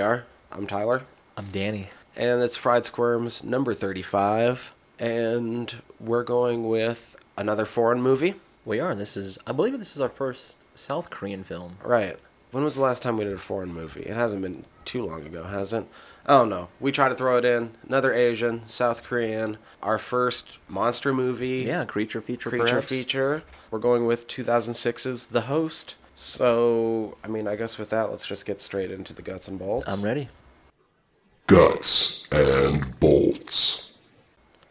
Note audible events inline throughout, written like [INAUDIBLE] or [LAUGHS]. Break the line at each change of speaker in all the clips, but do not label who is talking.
I'm Tyler,
I'm Danny.
and it's Fried Squirms number 35. And we're going with another foreign movie.
We are. and This is, I believe, this is our first South Korean film.
Right. When was the last time we did a foreign movie? It hasn't been too long ago, has it? Oh no. We try to throw it in. Another Asian, South Korean, our first monster movie.
Yeah, creature feature.
creature
perhaps.
feature. We're going with 2006's The Host. So, I mean, I guess with that, let's just get straight into the guts and bolts.
I'm ready.
Guts and bolts.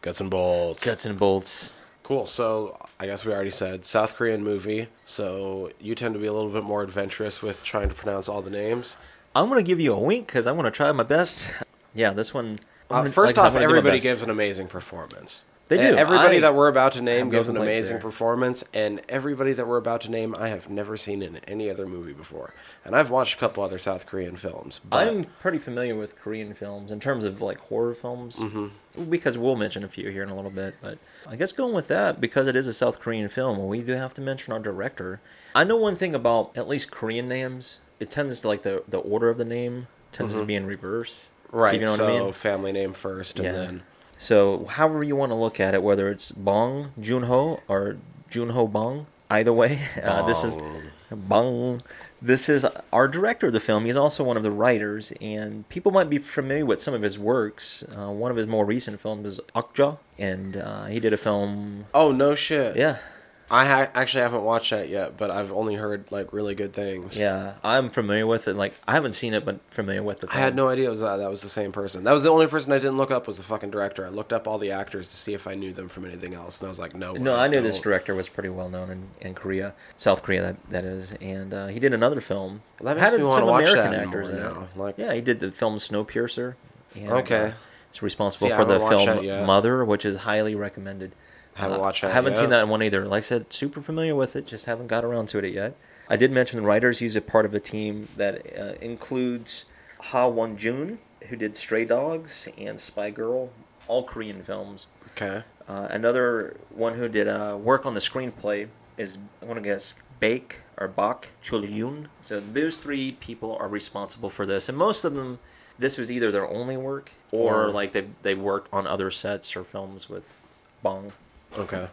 guts and bolts.
Guts and bolts.
Cool. So, I guess we already said South Korean movie. So, you tend to be a little bit more adventurous with trying to pronounce all the names.
I'm gonna give you a wink because I'm gonna try my best. Yeah, this one.
Uh,
I'm-
first
like I said, I'm
off,
gonna do my
everybody
best.
gives an amazing performance.
They do.
Everybody
I
that we're about to
have
name
no
gives an
complaints
amazing
there.
performance, and everybody that we're about to name, I have never seen in any other movie before. And I've watched a couple other South Korean films. But
I'm pretty familiar with Korean films in terms of like horror films
Mm-hmm.
because we'll mention a few here in a little bit. But I guess going with that because it is a South Korean film, we do have to mention our director. I know one thing about at least Korean names; it tends to like the the order of the name tends to be in reverse.
Mm-hmm. Right.
You know what
so
I mean?
family name first, and
Yeah.
then
So however you want to look at it, whether it's Bong Junho or Junho Bong, either way, [LAUGHS] uh, this is Bong. This is our director of the film. He's also one of the writers, and people might be familiar with some of his works. Uh, one of his more recent films is Okja, and uh, he did a film.
oh no shit.
Yeah,
I ha- actually haven't watched that yet, but I've only heard like really good things.
yeah, I'm familiar with it. Like I haven't seen it, but familiar with the
I
film.
had no idea it was that. That was the same person. That was the only person I didn't look up was the fucking director. I looked up all the actors to see if I knew them from anything else, and I was like, no.
No, I knew this
don't.
director was pretty well known in, in Korea, South Korea that, that is, and uh, he did another film.
That makes
had
me wanna
some
watch
American
that
actors
more
in
now,
it.
like-
yeah, he did the film Snowpiercer. And,
Okay.
uh, he's responsible
See, I
for the
haven't watched
film
that yet.
Mother, which is highly recommended.
Haven't
Uh,
watched that
I haven't seen
yet.
that one either. Like I said, super familiar with it, just haven't got around to it yet. I did mention the writers. He's a part of a team that uh, includes Ha Won Jun, who did Stray Dogs and Spy Girl, all Korean films.
Okay.
Uh, another one who did uh, work on the screenplay is I'm gonna guess Baek or Bak Cholyun. So those three people are responsible for this, and most of them, this was either their only work or
Or-
like they they worked on other sets or films with Bong.
Okay.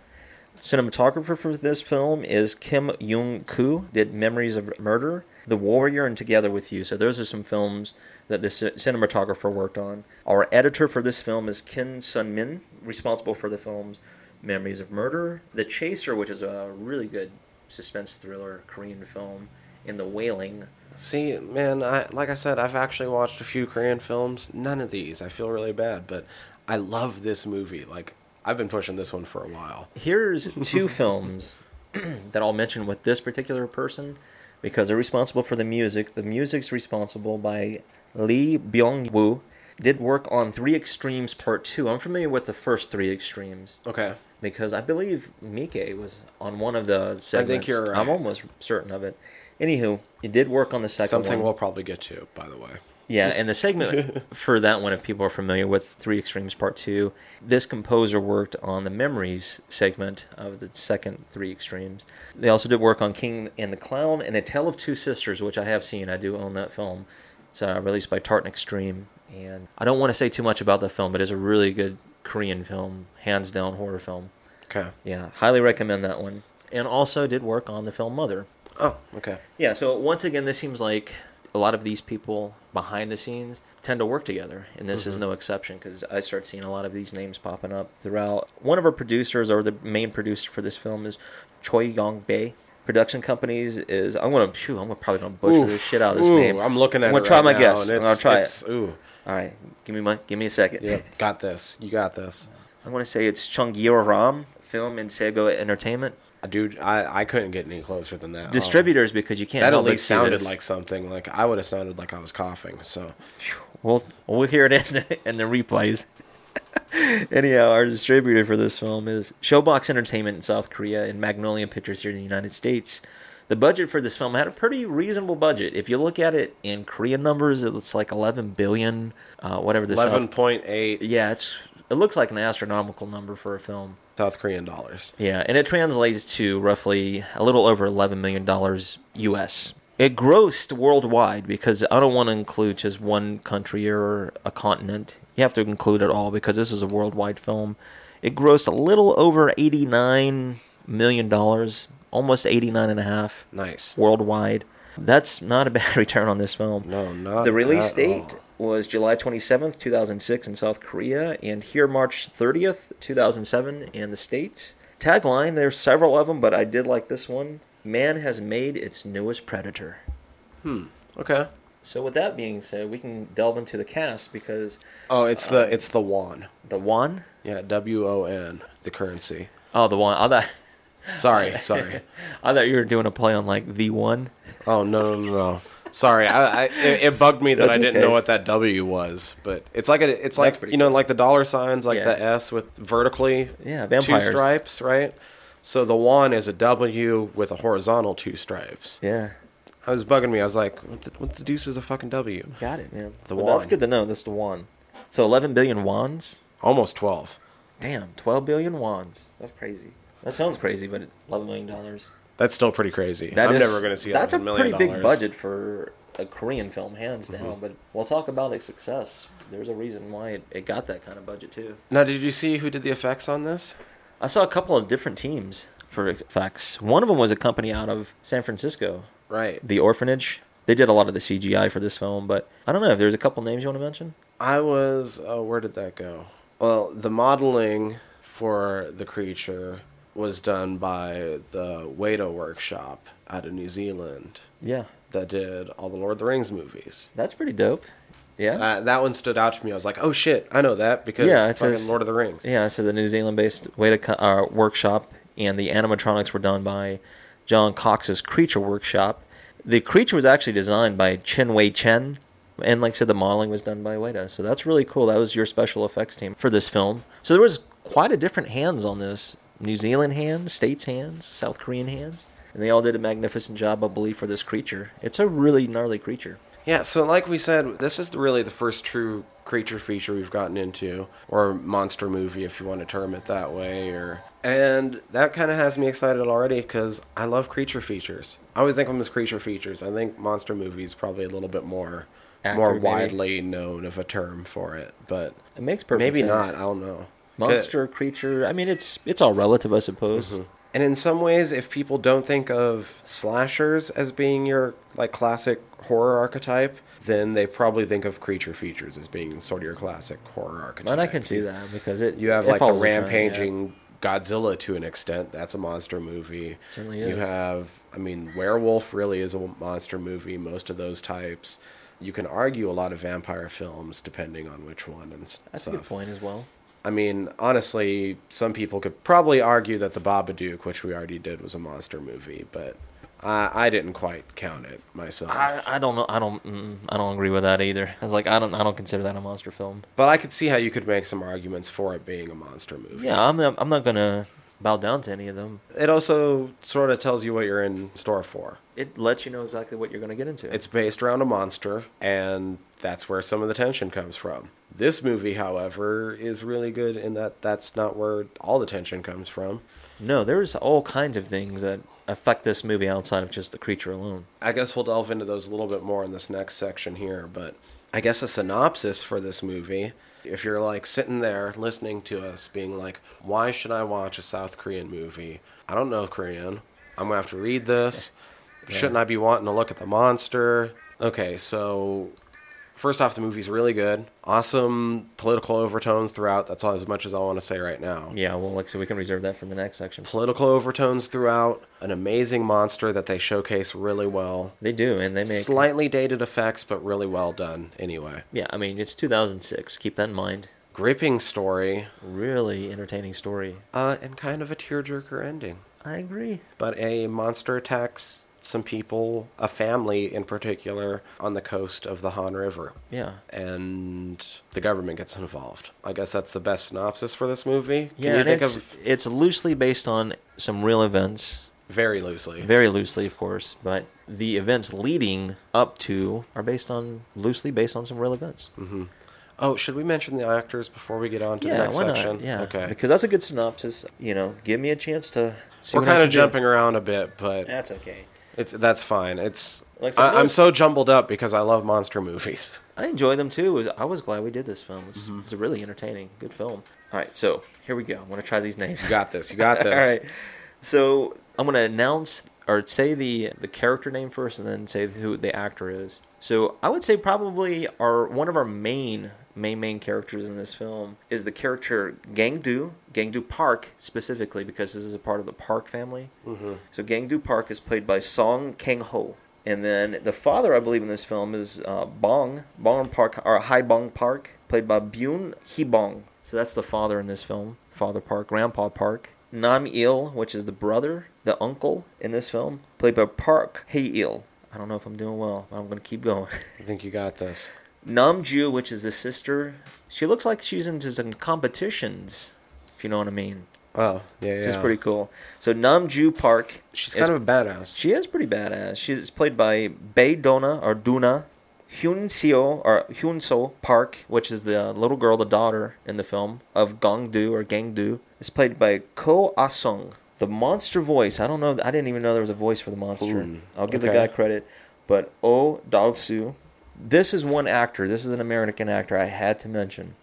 Cinematographer for this film is Kim Young Koo. Did Memories of Murder, The Warrior, and Together with You. So those are some films that the ci- cinematographer worked on. Our editor for this film is Kim Sun Min, responsible for the films Memories of Murder, The Chaser, which is a really good suspense thriller Korean film, and The Wailing.
See, man, I like I said, I've actually watched a few Korean films. None of these. I feel really bad, but I love this movie. Like I've been pushing this one for a while.
here's two [LAUGHS] films [CLEARS THROAT] that I'll mention with this particular person because they're responsible for the music. The music's responsible by Lee Byung Woo. Did work on Three Extremes Part Two. I'm familiar with the first Three Extremes
Okay.
because I believe Mike was on one of the segments.
you're right.
I'm almost certain of it. Anywho, he did work on the second
Something
one.
we'll probably get to, by the way.
Yeah, and the segment for that one, if people are familiar with Three Extremes Part Two, this composer worked on the Memories segment of the second Three Extremes. They also did work on King and the Clown and A Tale of Two Sisters, which I have seen. I do own that film. It's uh, released by Tartan Extreme, and I don't want to say too much about the film, but it's a really good Korean film, hands down horror film.
Okay.
Yeah, highly recommend that one. And also did work on the film Mother.
Oh, okay.
Yeah, so once again, this seems like a lot of these people behind the scenes tend to work together, and this
Mm-hmm.
is no exception because I start seeing a lot of these names popping up throughout. One of our producers, or the main producer for this film, is Choi Yong Bae. Production companies is I'm gonna shoot, I'm probably gonna butcher
Oof.
this shit out of this
Ooh,
name.
I'm looking at
I'm
it
gonna try
right
my
now,
guess.
and
I'm gonna
it's-
try
it's-
it.
Ooh,
All right, give me my give me a second.
yeah, got this. You got this.
[LAUGHS] I'm gonna say it's Chung Yeo Ram, film and Sego Entertainment
Dude, I, I couldn't get any closer than that. Um,
distributors because you can't.
Oh. that at
help but
least
see
sounded
this.
like something. Like I would have sounded like I was coughing. So
We'll we'll hear it in the, in the replays. [LAUGHS] Anyhow, our distributor for this film is Showbox Entertainment in South Korea and Magnolia Pictures here in the United States. The budget for this film had a pretty reasonable budget. If you look at it in Korean numbers, it's like 11 billion, uh, whatever the
eleven
South.
point eight
Yeah, it's it looks like an astronomical number for a film.
South Korean dollars.
Yeah, and it translates to roughly a little over eleven million dollars U.S. It grossed worldwide because I don't want to include just one country or a continent. You have to include it all because this is a worldwide film. It grossed a little over 89 million dollars, almost 89 and a half
Nice.
worldwide. That's not a [LAUGHS] bad return on this film.
No, not
The release
at
date
all.
was July 27th, 2006 in South Korea, and here March 30th, 2007 in the States. Tagline, there's several of them, but I did like this one. Man has made its newest predator.
Okay.
So with that being said, we can delve into the cast because
Oh, it's the it's the won.
the one,
Yeah, W O N, the currency.
oh the one, I thought,
Sorry, sorry.
I thought you were doing a play on like the one.
Oh no no no. no. Sorry, I, I it, it bugged me that
That's
I didn't
okay.
know what that W was, but it's like a, it's like
That's pretty
you know like the dollar signs like
Yeah.
the S with vertically
Yeah, vampires.
two stripes, right? So the one is a W with a horizontal two stripes.
Yeah,
I was bugging me. I was like, what the, what the deuce is a fucking W?
got it, man.
The
well, that's
won.
good to know. That's the one. So 11 billion wands.
Almost twelve.
Damn, 12 billion wands. That's crazy. That sounds crazy, but 11 million dollars.
That's still pretty crazy.
That
I'm
is-
never going to see
That's a
$11 million Mm-hmm.
pretty big budget for a Korean film, hands down. But we'll talk about its success. There's a reason why it, it got that kind of budget too.
Now, did you see who did the effects on this?
I saw a couple of different teams for effects. One of them was a company out of San Francisco,
Right.
The Orphanage. They did a lot of the CGI for this film, but I don't know if there's a couple names you want to mention.
I was. Oh, where did that go? Well, the modeling for the creature was done by the Wado Workshop out of New Zealand
Yeah,
that did all the Lord of the Rings movies.
that's pretty dope. Yeah.
Uh, that one stood out to me. I was like, "Oh shit, I know that because
Yeah,
yeah,
it
it's fucking
says-
Lord of the Rings."
Yeah, so the New Zealand-based Weta Co- uh, workshop and the animatronics were done by John Cox's Creature Workshop. The creature was actually designed by Chen Wei Chen, and like I said, the modeling was done by Weta. So that's really cool. That was your special effects team for this film. So there was quite a different hands on this: New Zealand hands, States hands, South Korean hands, and they all did a magnificent job, I believe, for this creature. It's a really gnarly creature.
Yeah, so like we said, this is the- really the first true creature feature we've gotten into, or monster movie if you want to term it that way, or and that kind of has me excited already because I love creature features. I always think of them as creature features. I think monster movies probably a little bit more more
Accurate, maybe.
widely known of a term for it, but
It makes perfect
maybe
sense.
not. I don't know. 'Kay.
monster creature. I mean, it's it's all relative, I suppose.
And in some ways, if people don't think of slashers as being your like classic horror archetype, then they probably think of creature features as being sort of your classic horror archetype.
And I can see that because it
You have
it
like the
follows a trend, yeah.
rampaging Godzilla to an extent. That's a monster movie.
Certainly
You
is.
have, I mean, werewolf really is a monster movie. Most of those types. You can argue a lot of vampire films depending on which one and s-
That's
stuff.
a good point as well.
I mean, honestly, some people could probably argue that The Babadook, which we already did, was a monster movie, but I, I didn't quite count it myself.
I, I don't know. I don't. Mm, I don't agree with that either. I was like, I don't. I don't consider that a monster film.
but I could see how you could make some arguments for it being a monster movie.
Yeah, I'm. Not, I'm not gonna bow down to any of them.
It also sort of tells you what you're in store for.
It lets you know exactly what you're gonna get into.
It's based around a monster, and that's where some of the tension comes from. This movie, however, is really good in that that's not where all the tension comes from.
no. There's all kinds of things that affect this movie outside of just the creature alone.
I guess we'll delve into those a little bit more in this next section here, but I guess a synopsis for this movie, if you're like sitting there listening to us being like, why should I watch a South Korean movie? I don't know Korean. I'm going to have to read this. Shouldn't I be wanting to look at the monster? Okay, so first off, the movie's really good. Awesome political overtones throughout. That's all as much as I want to say right now
Yeah. Well, like so, we can reserve that for the next section.
political overtones throughout, an amazing monster that they showcase really well.
They do, and they make.
Slightly dated effects, but really well done anyway.
yeah, I mean, it's 2006. Keep that in mind.
Gripping story,
Really entertaining story.
uh, and kind of a tearjerker ending.
I agree.
But a monster attacks some people, a family in particular, on the coast of the Han River.
Yeah.
And the government gets involved. I guess that's the best synopsis for this movie. Can
Yeah,
you
and
think
it's,
of
it's loosely based on some real events,
very loosely.
very loosely, of course, but the events leading up to are based on loosely based on some real events.
oh, should we mention the actors before we get on to the next section?
Yeah,
Okay.
because that's a good synopsis. You know, give me a chance to. See
We're
what I
kind of
can do.
jumping around a bit, but
That's okay.
it's that's fine. It's
Like I said,
I, I'm
was-
so jumbled up because I love monster movies.
I enjoy them too. It was- I was glad we did this film. It's
Mm-hmm.
it's a really entertaining, good film. All right, so here we go. I'm gonna try these names.
You got this. You got this.
[LAUGHS] All right, so I'm gonna announce or say the the character name first, and then say who the actor is. So I would say probably our one of our main main main characters in this film is the character Gangdu Gangdu Park specifically because this is a part of the Park family. Mm-hmm. So Gangdu Park is played by Song Kang Ho. And then the father, I believe, in this film is uh, Bong Bong Park or Hai Bong Park, played by Byun Hee Bong. So that's the father in this film, Father Park, Grandpa Park. Nam Il, which is the brother, the uncle in this film, played by Park Hae Il. I don't know if I'm doing well, but I'm gonna keep going. [LAUGHS]
I think you got this.
Nam Ju, which is the sister, she looks like she's into some competitions, if you know what I mean.
Oh, yeah, yeah.
Which is pretty cool. So Nam Ju Park,
She's
is-
kind of a badass.
she is pretty badass. She's played by Bei Dona or Duna, Hyun Seo or Hyun So Park, which is the little girl, the daughter in the film of Gongdu or Gangdu. It's played by Ko Ah Sung. The monster voice. I don't know. I didn't even know there was a voice for the monster.
Ooh,
I'll give the
okay.
guy credit, but Oh Dalsu. This is one actor. This is an American actor. I had to mention.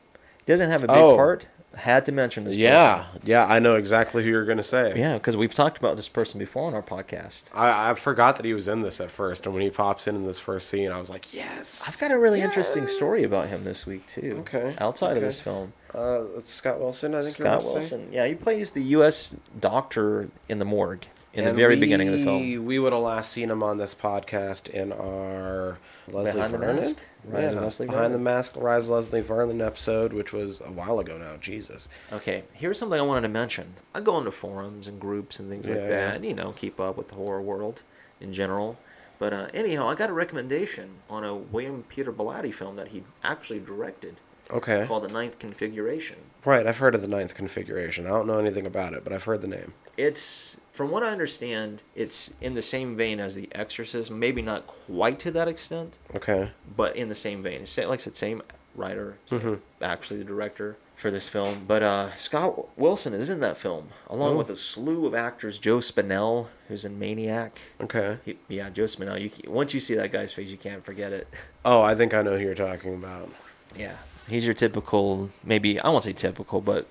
He doesn't have a big
Oh.
part. Had to mention this.
Yeah, yeah. I know exactly who you're gonna say.
person. Yeah, because we've talked about this person before on our podcast.
I, I forgot that he was in this at first, and when he pops in in this first scene, I was like, yes.
I've got a really interesting story about him this week too.
Okay,
Outside of
okay.
this film,
Uh, it's Scott Wilson, I think. you're
Scott
about to say?
Wilson. Yeah, he plays the U.S. doctor in the morgue in the very beginning of the film.
We would have last seen him on this podcast in our Leslie
Behind the
Vernon,
Mask? Rise of Leslie
Behind
Vernon?
the Mask, Rise of Leslie Vernon episode, which was a while ago now. Jesus,
Okay, here's something I wanted to mention. I go into forums and groups and things like
Yeah,
that,
yeah.
and you know, keep up with the horror world in general. But uh, anyhow, I got a recommendation on a William Peter Blatty film that he actually directed
okay,
called The Ninth Configuration.
right. I've heard of the Ninth Configuration. I don't know anything about it, but I've heard the name.
it's from what I understand, it's in the same vein as The Exorcist, maybe not quite to that extent,
Okay,
but in the same vein. It's like I said, same writer, same- actually the director for this film. But uh, Scott Wilson is in that film, along with a slew of actors. Joe Spinell, who's in Maniac.
okay.
He, yeah, Joe Spinell. You, ca- once you see that guy's face, you can't forget it. [LAUGHS]
Oh, I think I know who you're talking about.
Yeah, he's your typical, maybe I won't say typical, but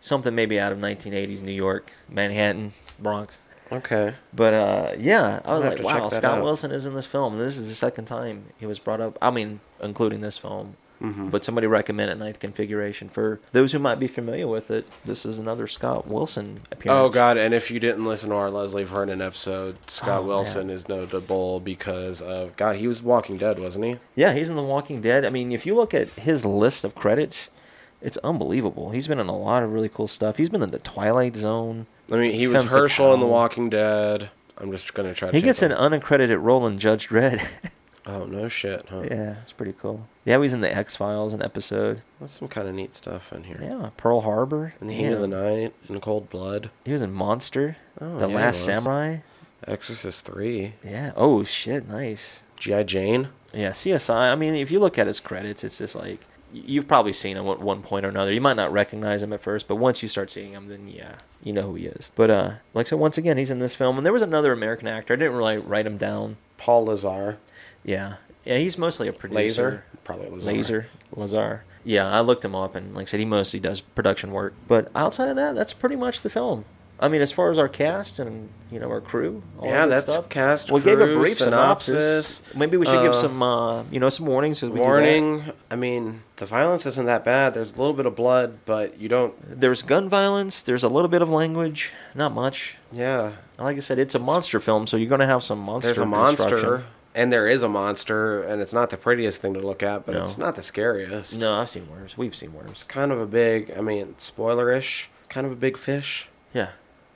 something maybe out of 1980s New York, Manhattan, Bronx.
Okay.
But uh, yeah, I was
have
like,
to check
wow,
that
Scott
out.
Wilson is in this film. And this is the second time he was brought up. I mean, including this film.
Mm-hmm.
But somebody recommended Ninth Configuration for those who might be familiar with it. This is another Scott Wilson
Oh
appearance.
God! And if you didn't listen to our Leslie Vernon episode, Scott
Oh,
Wilson is notable because of God. He was Walking Dead, wasn't he?
Yeah, he's in The Walking Dead. I mean, if you look at his list of credits, it's unbelievable. He's been in a lot of really cool stuff. He's been in The Twilight Zone.
I mean, he was
Femme
Herschel in The
fatale.
Walking Dead. I'm just gonna try. to
He
take
gets an
that.
unaccredited role in Judge Dredd. [LAUGHS]
Oh no shit! Huh?
yeah, it's pretty cool. Yeah, he's in The X Files, an episode.
That's some kind of neat stuff in here.
Yeah, Pearl Harbor.
In the heat of
Damn.
the night, in cold blood,
He was in Monster,
Oh,
The
yeah, he
Last
was.
Samurai.
Exorcist Three,
Yeah. Oh shit, nice.
GI Jane.
Yeah, CSI. I mean, if you look at his credits, it's just like y- you've probably seen him at one point or another. You might not recognize him at first, but once you start seeing him, then yeah, you know who he is. But uh, like so, once again, he's in this film, and there was another American actor. I didn't really write him down.
Paul Lazar,
Yeah. Yeah, he's mostly a producer.
Laser, probably Lazar.
Laser Lazar. Yeah, I looked him up, and like I said, he mostly does production work. But outside of that, that's pretty much the film. I mean, as far as our cast and you know our crew, all
Yeah,
that
that's
stuff,
cast,
We gave a
crew,
brief synopsis.
synopsis,
Maybe we should
uh,
give some uh, you know some warnings. as we do that.
Warning. I mean, the violence isn't that bad. There's a little bit of blood, but you don't.
There's gun violence. There's a little bit of language. Not much.
Yeah,
Like I said, it's a monster film, so you're going to have some monster.
there's a
destruction.
monster, and there is a monster, and it's not the prettiest thing to look at, but
No.
it's not the scariest.
No, I've seen worse. We've seen worse.
Kind of a big. I mean, spoilerish. Kind of a big fish.
Yeah,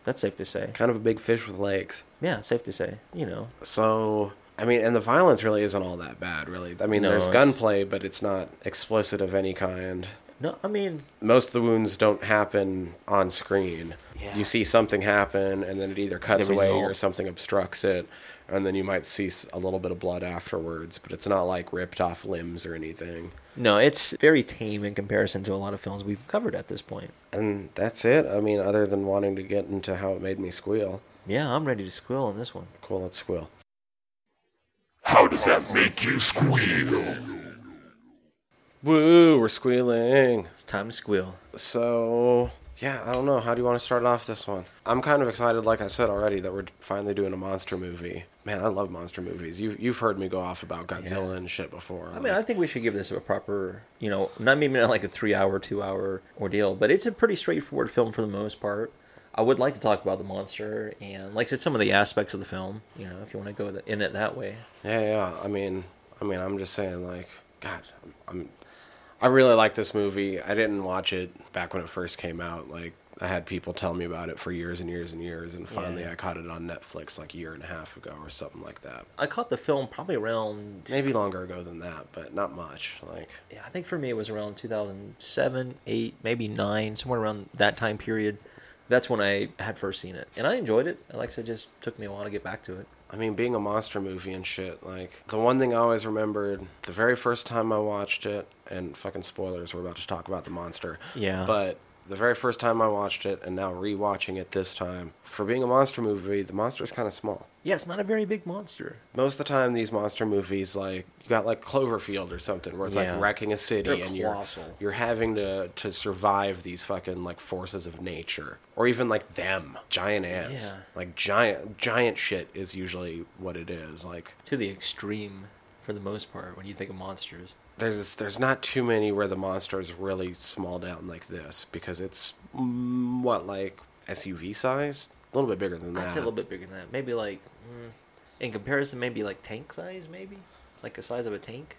that's safe to say.
Kind of a big fish with legs.
Yeah, safe to say. You know,
So I mean, and the violence really isn't all that bad, really. I mean,
No,
there's
it's-
gunplay, but it's not explicit of any kind.
no, I mean,
Most of the wounds don't happen on screen.
Yeah.
You see something happen, and then it either cuts
The
away or
result.
something obstructs it, and then you might see s- a little bit of blood afterwards. But it's not like ripped off limbs or anything.
No, it's very tame in comparison to a lot of films we've covered at this point.
And that's it. I mean, other than wanting to get into how it made me squeal.
Yeah, I'm ready to squeal on this one.
Cool, let's squeal.
Does that make you squeal?
Woo, we're squealing.
It's time to squeal.
So, yeah, I don't know. How do you want to start off this one? I'm kind of excited, like I said already, that we're finally doing a monster movie. Man, I love monster movies. You've, you've heard me go off about Godzilla and shit before.
I mean, I think we should give this a proper, you know, not maybe not like a three-hour, two-hour ordeal, but it's a pretty straightforward film for the most part. I would like to talk about the monster and, like I said, some of the aspects of the film. You know, if you want to go th- in it that way.
Yeah, yeah. I mean, I mean, I'm just saying, like, God, I'm, I'm, I really like this movie. I didn't watch it back when it first came out. Like, I had people tell me about it for years and years and years, and finally
Yeah.
I caught it on Netflix like a year and a half ago or something like that.
I caught the film probably around.
Maybe longer ago than that, but not much. Like,
Yeah, I think for me it was around 2007, 8, maybe 9, somewhere around that time period. That's when I had first seen it. And I enjoyed it. And Like I said, it just took me a while to get back to it.
I mean, being a monster movie and shit, like, the one thing I always remembered the very first time I watched it, and fucking spoilers, we're about to talk about the monster.
Yeah.
But the very first time I watched it, and now rewatching it this time, for being a monster movie, the monster's kind of small.
Yeah, it's not a very big monster.
Most of the time, these monster movies, like, you got like Cloverfield or something, where it's
Yeah.
like wrecking a city
They're
and you're,
colossal.
you're having to, to survive these fucking like forces of nature. Or even like them, giant ants.
Yeah.
Like, giant, giant shit is usually what it is. Like,
To the extreme for the most part when you think of monsters.
there's there's not too many where the monster is really small down like this because it's mm, what like SUV size, a little bit bigger than that.
I'd say a little bit bigger than that. Maybe like, mm, in comparison, maybe like tank size, maybe? Like the size of a tank?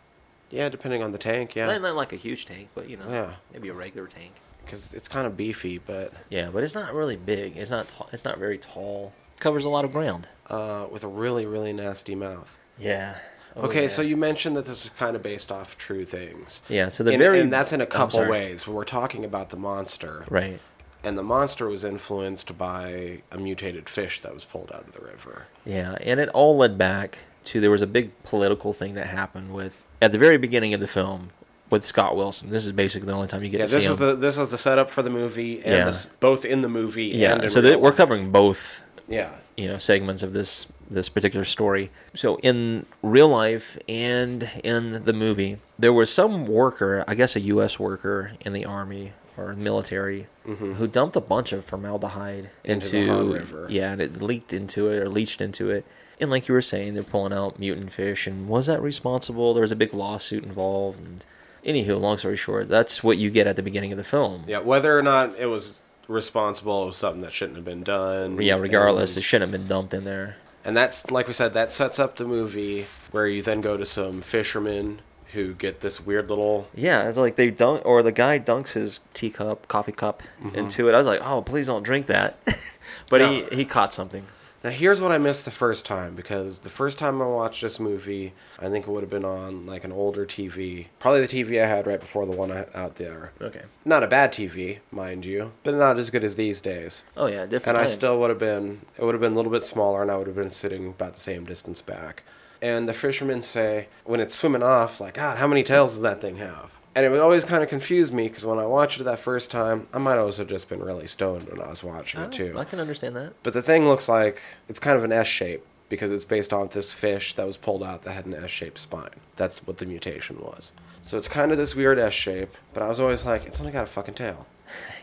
Yeah, depending on the tank, yeah,
Not, not like a huge tank, but you know,
Yeah.
maybe a regular tank.
because it's kind of beefy. But
Yeah, but it's not really big. It's not. T- it's not very tall. Covers a lot of ground.
uh, with a really really nasty mouth.
Yeah. Oh,
okay,
yeah.
so you mentioned that this is kind of based off true things.
Yeah, so the
and,
very-
and that's in a
I'm
couple
sorry.
ways. We're talking about the monster,
right.
and the monster was influenced by a mutated fish that was pulled out of the river.
Yeah, and it all led back to there was a big political thing that happened with at the very beginning of the film with Scott Wilson. This is basically the only time you get
Yeah,
to
this
see
is
him.
the this was the setup for the movie, and
Yeah.
this, both in the movie. and
yeah.
in
So
real
that we're
life.
covering both
Yeah,
you know segments of this this particular story. So in real life and in the movie, there was some worker, I guess a U.S. worker in the army or military, who dumped a bunch of formaldehyde
Mm-hmm. Into
into,
the Han River.
yeah, and it leaked into it or leached into it. And like you were saying, they're pulling out mutant fish, and was that responsible? There was a big lawsuit involved, and anywho, long story short, that's what you get at the beginning of the film.
yeah. Whether or not it was responsible, it was something that shouldn't have been done.
Yeah, regardless, it
and,
shouldn't have been dumped in there.
and that's like we said, that sets up the movie where you then go to some fishermen who get this weird little.
Yeah, it's like they dunk, or the guy dunks his teacup, coffee cup into it. I was like, oh, please don't drink that. [LAUGHS] but
Mm-hmm. No.
he, he caught something.
Now here's what I missed the first time because the first time I watched this movie, I think it would have been on like an older TV, probably the TV I had right before the one I- out there.
Okay.
Not a bad TV, mind you, but not as good as these days.
Oh yeah, different.
and I
time.
still would have been it would have been a little bit smaller and I would have been sitting about the same distance back. And the fishermen say when it's swimming off, like, God, how many tails does that thing have? And it would always kind of confuse me because when I watched it that first time, I might have also just been really stoned when I was watching
Oh,
it too.
I can understand that. [LAUGHS]
But the thing looks like it's kind of an S shape because it's based on this fish that was pulled out that had an S shaped spine. That's what the mutation was. So it's kind of this weird S shape, but I was always like, it's only got a fucking tail.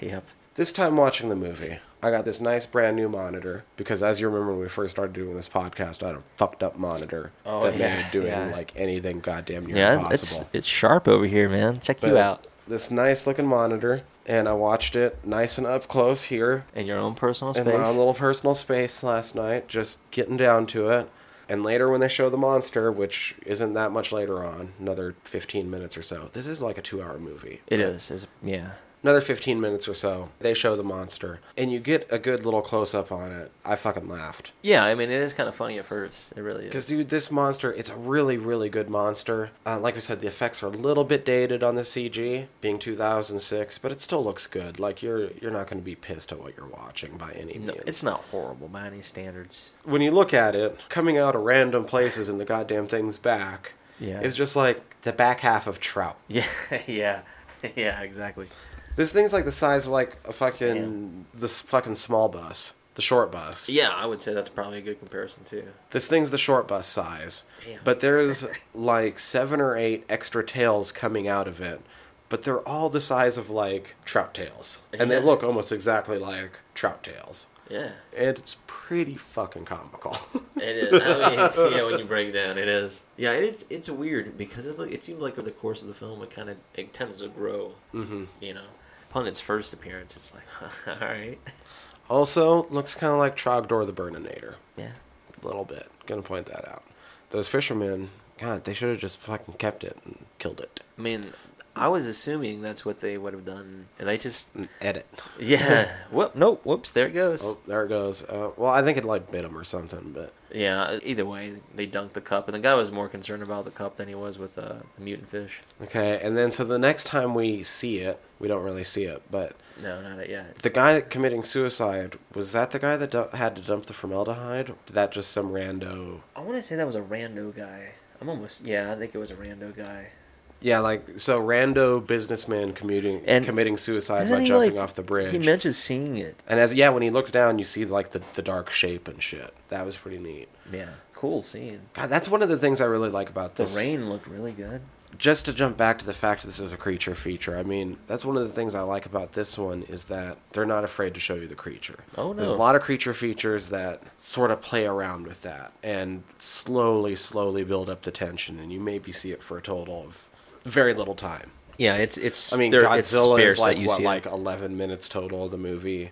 Yep.
This time watching the movie, I got this nice brand new monitor because, as you remember, when we first started doing this podcast, I had a fucked up monitor
Oh,
that
yeah,
made doing
yeah.
like anything goddamn near
Yeah, it's
impossible.
it's sharp over here, man. Check you
But
out
This nice looking monitor, and I watched it nice and up close here
in your own personal
in
space.
my own little personal space last night, just getting down to it. And later, when they show the monster, which isn't that much later on, another 15 minutes or so, this is like a two hour movie
It is. It's, yeah.
another 15 minutes or so they show the monster and you get a good little close-up on it i fucking laughed
Yeah, I mean, it is kind of funny at first. It really is.
because dude this monster it's a really really good monster uh, like i said the effects are a little bit dated on the cg being 2006 but it still looks good like you're you're not going to be pissed at what you're watching by any
No,
means
it's not horrible by any standards. [LAUGHS]
when you look at it coming out of random places and the goddamn thing's back
Yeah.
it's just like the back half of trout
Yeah, yeah, [LAUGHS] yeah. Exactly.
This thing's like the size of like a fucking this fucking small bus. The short bus.
Yeah, I would say that's probably a good comparison too.
This thing's the short bus size.
Damn.
But there's like seven or eight extra tails coming out of it. But they're all the size of like trout tails. And they
Yeah.
look almost exactly like trout tails.
Yeah,
It's pretty fucking comical. [LAUGHS]
it is. I mean, yeah, when you break it down, it is. Yeah, it's it's weird because it, it seems like over the course of the film, it kind of it tends to grow. Mm-hmm. You know, upon its first appearance, it's like, [LAUGHS] all right,
also, looks kind of like Trogdor the Burninator.
yeah,
A little bit. Gonna point that out. Those fishermen, God, they should have just fucking kept it and killed it.
I mean, I was assuming that's what they would have done, and they [LAUGHS] just,
And edit.
yeah, whoop, nope, whoops, there it goes.
Oh, there it goes. Uh, well, I think it like bit him or something, but
Yeah, either way, they dunked the cup, and the guy was more concerned about the cup than he was with uh, the mutant fish.
Okay, and then so the next time we see it, we don't really see it, but
No, not yet.
the guy committing suicide was that the guy that du- had to dump the formaldehyde? Or did that just some rando?
I want to say that was a rando guy. I'm almost yeah. I think it was a rando guy.
Yeah, like so rando businessman commuting
And
committing suicide by jumping off the bridge.
He mentions seeing it.
and as yeah, when he looks down, you see like the, the dark shape and shit. That was pretty neat.
Yeah, cool scene.
God, that's one of the things I really like about
The
this.
rain looked really good.
just to jump back to the fact this is a creature feature, I mean, that's one of the things I like about this one is that they're not afraid to show you the creature.
Oh, no.
There's a lot of creature features that sort of play around with that and slowly, slowly build up the tension, and you maybe see it for a total of very little time.
Yeah, it's it's.
I mean,
there- it's
Godzilla
sparse
is
that
like
you
what,
see it.
like eleven minutes total of the movie.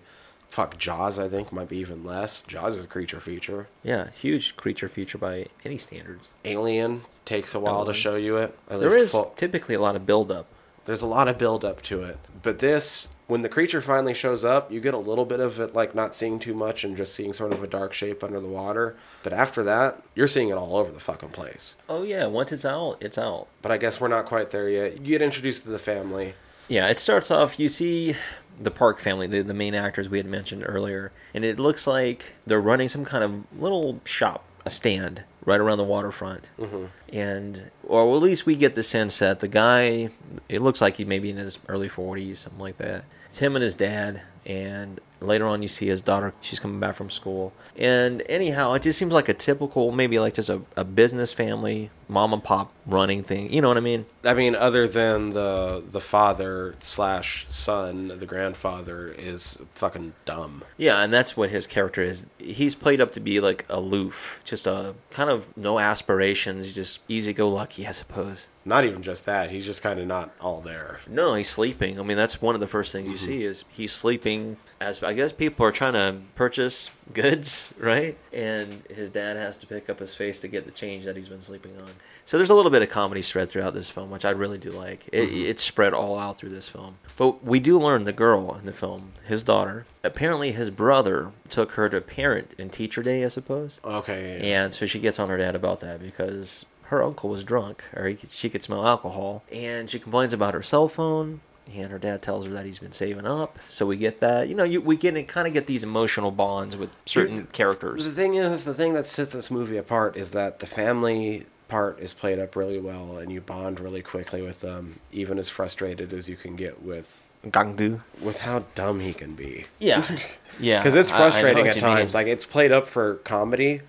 Fuck, Jaws, I think might be even less. Jaws is a creature feature.
yeah, huge creature feature by any standards.
Alien takes a while to
Alien.
show you it. At
There
least
is
full-
typically a lot of buildup.
There's a lot of build up to it. But this, when the creature finally shows up, you get a little bit of it like not seeing too much and just seeing sort of a dark shape under the water. But after that, you're seeing it all over the fucking place.
Oh yeah, once it's out, it's out.
But I guess we're not quite there yet. You get introduced to the family.
Yeah, it starts off. You see the Park family, the, the main actors we had mentioned earlier, and it looks like they're running some kind of little shop, a stand right around the waterfront. Mm-hmm. And, or at least we get the sense that the guy, it looks like he may be in his early 40s, something like that. It's him and his dad, and later on you see his daughter, she's coming back from school. And anyhow, it just seems like a typical, maybe like just a, a business family, mom and pop running thing. You know what I mean?
I mean, other than the the father slash son, the grandfather is fucking dumb.
Yeah, and that's what his character is. He's played up to be like aloof, just a kind of no aspirations, just easy go lucky, I suppose.
Not even just that. He's just kind of not all there.
No, he's sleeping. I mean, that's one of the first things you see is he's sleeping. As I guess people are trying to purchase [LAUGHS] goods, right? And his dad has to pick up his face to get the change that he's been sleeping on. So there's a little bit of comedy spread throughout this film, which I really do like. It, It's spread all out through this film. But we do learn the girl in the film, his daughter. Apparently, his brother took her to parent and teacher day, I suppose.
Okay.
And so she gets on her dad about that because her uncle was drunk, or he could, she could smell alcohol. And she complains about her cell phone, and her dad tells her that he's been saving up. So we get that. You know, you, we get kind of get these emotional bonds with certain
Dude, The
characters.
thing is, the thing that sets this movie apart is that the family part is played up really well, and you bond really quickly with them, even as frustrated as you can get with
Gangdu.
with how dumb he can be. [LAUGHS]
Yeah. Yeah.
Because it's
I- I know
frustrating
what
at
you
times.
mean.
Like it's played up for comedy,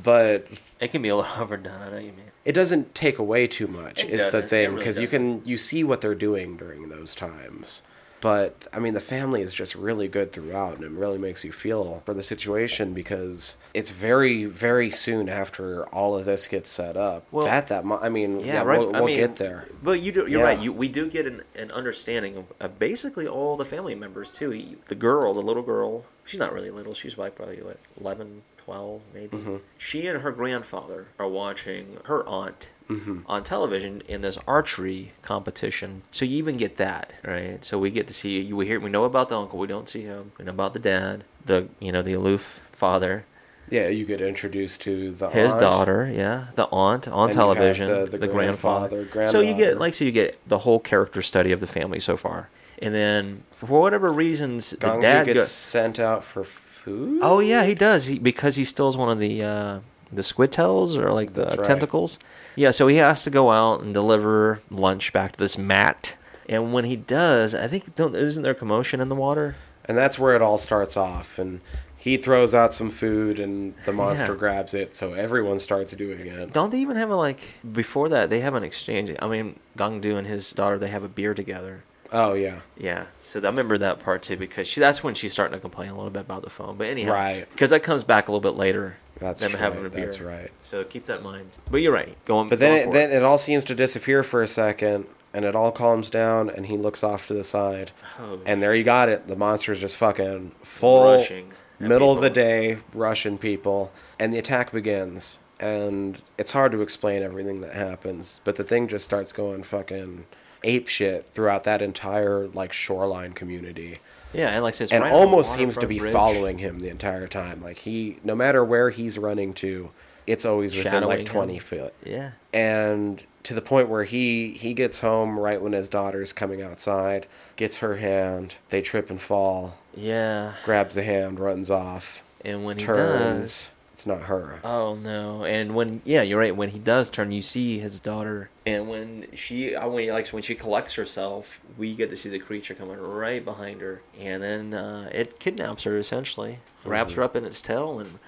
but
it can be a little [LAUGHS] overdone. I know what you mean.
it doesn't take away too much.
It
is the
doesn't. It
thing
really
because you can you see what they're doing during those times. But I mean, the family is just really good throughout, and it really makes you feel for the situation because it's very, very soon after all of this gets set up.
Well-
that that mo- I mean, yeah, we'll,
I
we'll
mean,
get there.
But you do, you're
Yeah.
right. You, we do get an, an understanding of, of basically all the family members too. You- The girl, the little girl, she's not really little. She's like probably what 11, 12 maybe.
Mm-hmm.
She and her grandfather are watching her aunt
Mm-hmm.
on television in this archery competition. So you even get that right. So we get to see you. We hear we know about the uncle. We don't see him. We know about the dad. The you know the aloof father.
Yeah, you get introduced to the
His
aunt.
daughter, yeah, the aunt
Then
on
you have
television,
the-
the,
the
grandfather.
grandfather,
So you
granddaughter.
get like so you get the whole character study of the family so far, and then for whatever reasons, the
Gong
dad
Yu
goes.
gets sent out for food.
Oh yeah, he does. He, because he steals one of the uh, the squid tails or like the
That's right.
tentacles. Yeah, so he has to go out and deliver lunch back to this Matt. And when he does, I think don't, isn't there commotion in the water?
And that's where it all starts off. And he throws out some food and the monster
Yeah.
grabs it, so everyone starts doing it.
Don't they even have a like before that? They have an exchange. I mean, Gong Du and his daughter they have a beer together.
Oh yeah,
Yeah, so I remember that part too because she, that's when she's starting to complain a little bit about the phone. But anyhow,
Right.
Because that comes back a little bit later.
that's
them having a
right.
beer.
That's right.
So keep that in mind. But you're right. Going,
But then
going
it,
for
then it all seems to disappear for a second, and it all calms down, and he looks off to the side,
Oh.
and there you got it. The monster's just fucking full
Rushing at
middle of the
people.
day Russian people, and the attack begins. And it's hard to explain everything that happens, but the thing just starts going fucking ape shit throughout that entire like shoreline community
yeah, and like I said, it's
and
right on the
almost seems to
waterfront
be
bridge.
following him the entire time. Like he, no matter where he's running to, it's always within
Shadowing
like
him.
twenty feet.
Yeah.
And to the point where he he gets home right when his daughter's coming outside, gets her hand, they trip and fall,
Yeah,
grabs the hand, runs off,
and when he does,
turns. It's not her.
oh no! And when yeah, you're right. When he does turn, you see his daughter, and when she, I mean, like when she collects herself, we get to see the creature coming right behind her, and then uh, it kidnaps her essentially, wraps her up in its tail, and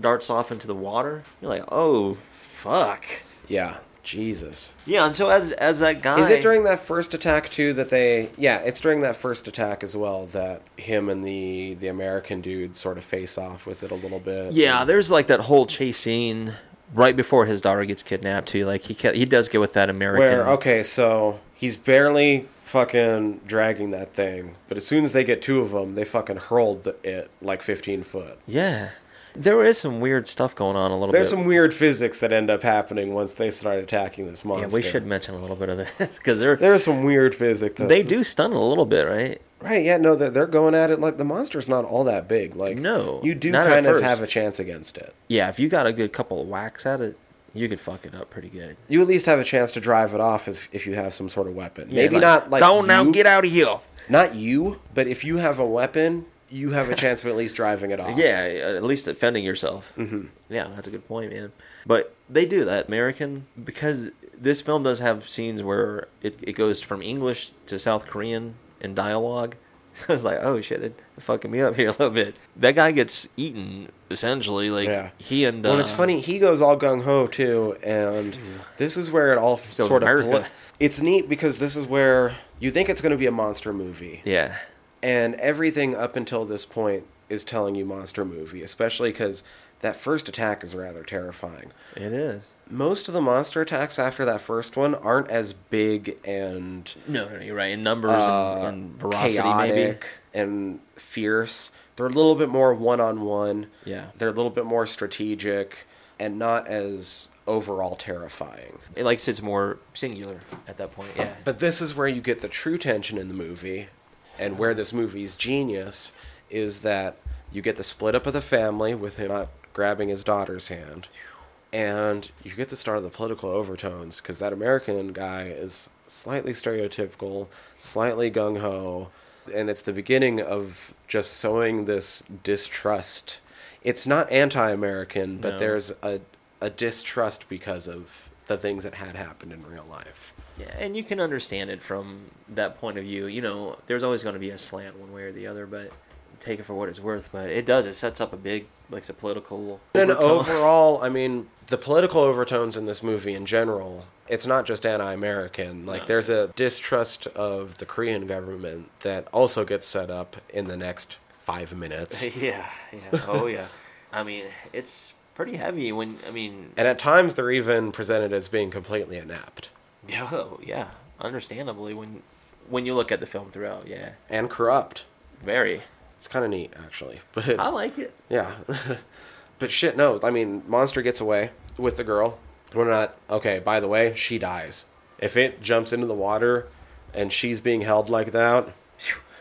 darts off into the water. You're like, oh fuck.
Yeah, Jesus.
Yeah, and so as as that guy
Is it during that first attack too that they? Yeah, it's during that first attack as well that him and the the American dude sort of face off with it a little bit.
Yeah, there's like that whole chase scene right before his daughter gets kidnapped too. Like he ca- he does get with that American.
Where okay, so he's barely fucking dragging that thing, but as soon as they get two of them, they fucking hurled the, it like fifteen foot.
Yeah, there is some weird stuff going on a little
There's
bit.
some weird physics that end up happening once they start attacking this monster.
yeah, we should mention a little bit of this [LAUGHS] because they're
There's some weird physics. That,
they do stun a little bit, right?
right? Yeah, no, they're, they're going at it like the monster's not all that big. Like
No,
you do
not at
kind of have a
first.
chance against it.
Yeah, if you got a good couple of whacks at it, you could fuck it up pretty good.
You at least have a chance to drive it off if, if you have some sort of weapon.
Yeah,
Maybe not like
go now,
you-
get out of here.
Not you, but if you have a weapon, you have a chance of at least driving it off.
[LAUGHS] Yeah, at least defending yourself. Mm-hmm. Yeah, that's a good point, man. But they do that American because this film does have scenes where it, it goes from English to South Korean in dialogue. [LAUGHS] So it's like, oh shit, they're fucking me up here a little bit. That guy gets eaten essentially. Like
Yeah.
he and
Well,
uh,
and it's funny. He goes all gung ho too, and this is where it all
Goes
sort of.
America.
pl- it's neat because this is where you think it's going to be a monster movie,
Yeah,
and everything up until this point is telling you monster movie, especially because that first attack is rather terrifying.
it is.
Most of the monster attacks after that first one aren't as big and
No, no, no, you're right. In numbers
uh,
and, and veracity, maybe.
chaotic and fierce. They're a little bit more one on one.
Yeah.
They're a little bit more strategic and not as overall terrifying.
It, like I said, it's more singular at that point. Yeah.
But this is where you get the true tension in the movie and where this movie's genius is that you get the split up of the family with him not grabbing his daughter's hand. And you get the start of the political overtones because that American guy is slightly stereotypical, slightly gung ho, and it's the beginning of just sowing this distrust. It's not anti American, but
No.
there's a, a distrust because of the things that had happened in real life.
Yeah, and you can understand it from that point of view. You know, there's always going to be a slant one way or the other, but take it for what it's worth. But it does; it sets up a big, like, it's a political.
And
overtone.
overall, I mean, the political overtones in this movie in general, it's not just anti American. Like,
No.
there's a distrust of the Korean government that also gets set up in the next five minutes.
[LAUGHS] yeah, yeah, oh yeah. I mean, it's pretty heavy when I mean,
and at times, they're even presented as being completely inept
yeah, oh, yeah, understandably when when you look at the film throughout, yeah,
and corrupt.
very.
It's kind of neat, actually. [LAUGHS] But
I like it.
yeah. [LAUGHS] but shit, no. I mean, Monster gets away with the girl. We're not, okay, by the way, she dies. If it jumps into the water and she's being held like that,
No,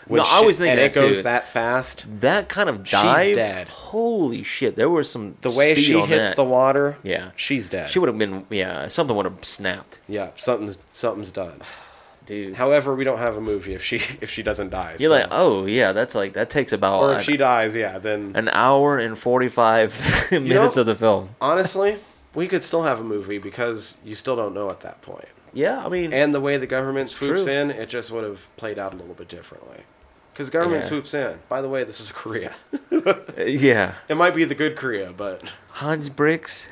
which
I always think
and
that
it goes
too.
that fast.
That kind of
She's
dive.
dead.
Holy shit! There was some
The way
speed
she
on
hits
that.
the water,
Yeah.
she's dead.
She would have been yeah. Something would have snapped,
yeah, something's something's done.
dude.
However, we don't have a movie if she [LAUGHS] if she doesn't die.
You're
so-
like, oh yeah, that's like that takes about
or
an,
if she dies, yeah, then
an hour and forty five [LAUGHS] minutes of the film.
honestly, we could still have a movie because you still don't know at that point.
Yeah, I mean,
And the way the government swoops
true.
in, it just would have played out a little bit differently. because government
Yeah.
swoops in. By the way, this is [LAUGHS] Korea.
Uh, yeah.
it might be the good Korea, but
Hans [LAUGHS] Bricks.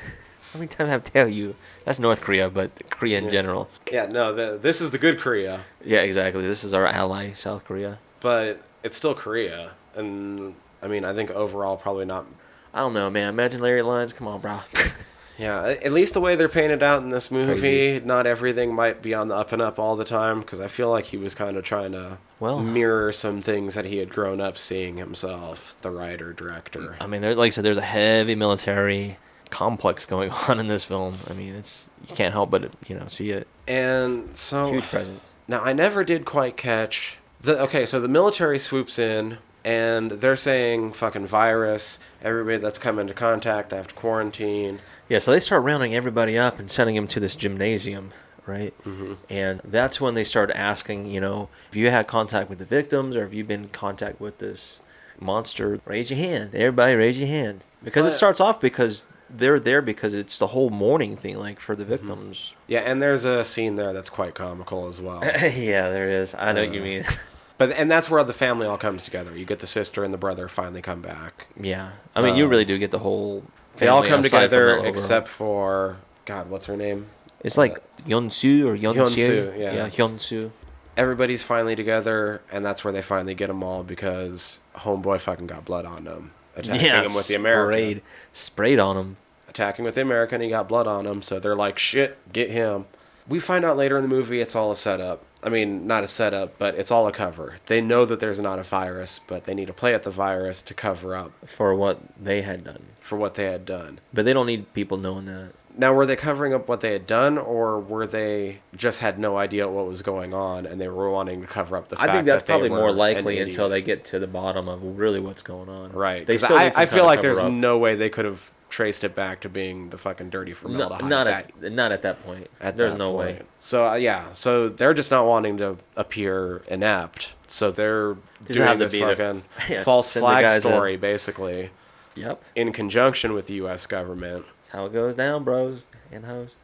How many times I have to tell you? That's North Korea, but Korea in general.
yeah, no, th this is the good Korea,
Yeah, exactly. This is our ally, South Korea.
but it's still Korea. And I mean, I think overall, probably not.
I don't know, man. Imagine Larry Lyons. Come on, bro. [LAUGHS]
Yeah, a- at least the way they're painted out in this movie,
Crazy.
not everything might be on the up and up all the time because I feel like he was kind of trying to
Well- uh,
mirror some things that he had grown up seeing himself, the writer, director.
I mean, there, like I said, there's a heavy military complex going [LAUGHS] on in this film. I mean, it's you can't help but you know see it.
And so
Huge presence.
Now, I never did quite catch the okay, so the military swoops in and they're saying fucking virus, everybody that's come into contact, they have to quarantine.
Yeah, so they start rounding everybody up and sending them to this gymnasium, right? Mm-hmm. And that's when they start asking, you know, if you had contact with the victims or have you been in contact with this monster, raise your hand. Everybody raise your hand. Because it
But-
starts off because they're there because it's the whole mourning thing, like for the victims. [LAUGHS]
Yeah, and there's a scene there that's quite comical as well.
yeah, there is. I know what you
Uh.
mean. [LAUGHS]
but and that's where the family all comes together. You get the sister and the brother finally come back.
yeah. I mean, you
Uh,
really do get the whole.
They all
family
come
aside from that
together
little
except for God, what's her name?
girl. It's like Yonsu or Yonsu.
Hyun-soo,
Yeah.
yeah.
yeah, Hyunsu.
Everybody's finally together, and that's where they finally get them all because homeboy fucking got blood on him, attacking
Yeah,
him with the American.
sprayed, sprayed on him.
attacking with the American. He got blood on him, so they're like, shit, get him. We find out later in the movie it's all a setup. I mean, not a setup, but it's all a cover. They know that there's not a virus, but they need to play at the virus to cover up
for what they had done.
for what they had done.
But they don't need people knowing that.
Now, were they covering up what they had done, or were they just had no idea what was going on and they were wanting to cover up the fact
I think that's
that they
probably
were
more
an
likely
idiot?
until they get to the bottom of really what's going on.
Right.
They
'Cause
still
I,
need some
I
kind
feel
of
like there's
cover up.
no way they could have traced it back to being the fucking dirty formaldehyde.
No- not
that
at not at that point.
at
there's
that
no way.
point. So uh, yeah, so they're just not wanting to appear inept. So they're
Just
doing
have to
this
be there.
fucking
[LAUGHS] Yeah,
false
send the
flag
guys in.
story, basically,
Yep.
in conjunction with the U.S. government.
That's how it goes down, bros and hoes.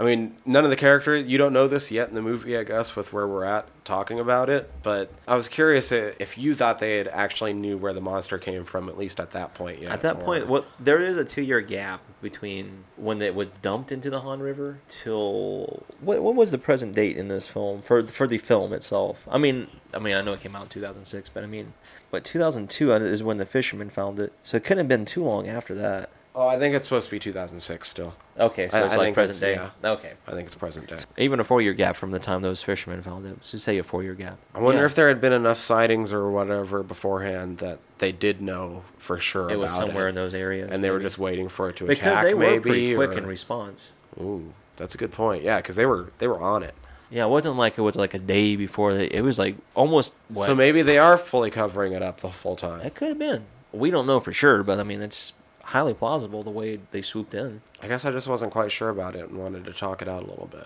I mean, none of the characters. You don't know this yet in the movie, I guess, with where we're at talking about it. But I was curious i- if you thought they had actually knew where the monster came from, at least at that point. Yet,
At that
or-
point, what there is a two-year gap between when it was dumped into the Han River till what, what was the present date in this film for for the film itself? I mean, I mean, I know it came out in 2006, but I mean, but 2002 uh, is when the fishermen found it, so it couldn't have been too long after that.
Oh, I think it's supposed to be 2006. Still,
Okay, so
I-
it's
I
like
think
present day.
it's-
Okay,
I think it's present day.
even a four-year gap from the time those fishermen found it. So say a four-year gap.
I wonder
Yeah.
if there had been enough sightings or whatever beforehand that they did know for sure
it was
about
somewhere
it,
in those areas,
and they were
maybe.
just waiting for it to
because
attack.
they were
maybe,
pretty quick
or-
in response.
Ooh, that's a good point. Yeah, because they were they were on it.
Yeah, it wasn't like it was like a day before. They, it was like almost. What?
So maybe they are fully covering it up the full time.
It could have been. We don't know for sure, but I mean, it's highly plausible the way they swooped in.
I guess I just wasn't quite sure about it and wanted to talk it out a little bit.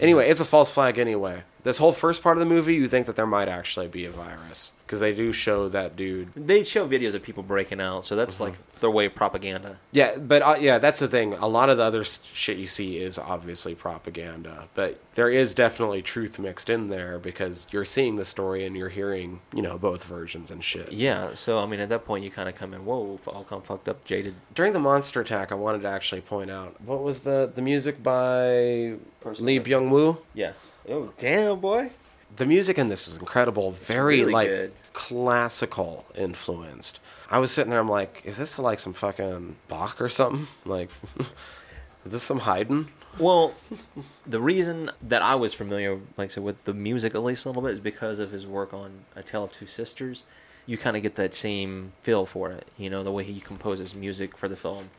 Anyway, it's a false flag anyway. This whole first part of the movie, you think that there might actually be a virus because they do show that dude
They show videos of people breaking out, so that's like their way of propaganda.
Yeah, but uh, yeah, that's the thing. A lot of the other s- shit you see is obviously propaganda, but there is definitely truth mixed in there because you're seeing the story and you're hearing, you know, both versions and shit.
Yeah, so I mean, at that point, you kind of come in, whoa, all come fucked up, jaded.
During the monster attack, I wanted to actually point out what was the the music by
Person.
Lee Byung Woo.
Yeah. Oh, damn, boy.
The music in this is incredible, very
really
like
good.
classical influenced. I was sitting there, I'm like, is this like some fucking Bach or something? [LAUGHS] Like, is this some Haydn?
Well, the reason that I was familiar, like I said, with the music at least a little bit is because of his work on A Tale of Two Sisters. You kind of get that same feel for it, you know, the way he composes music for the film.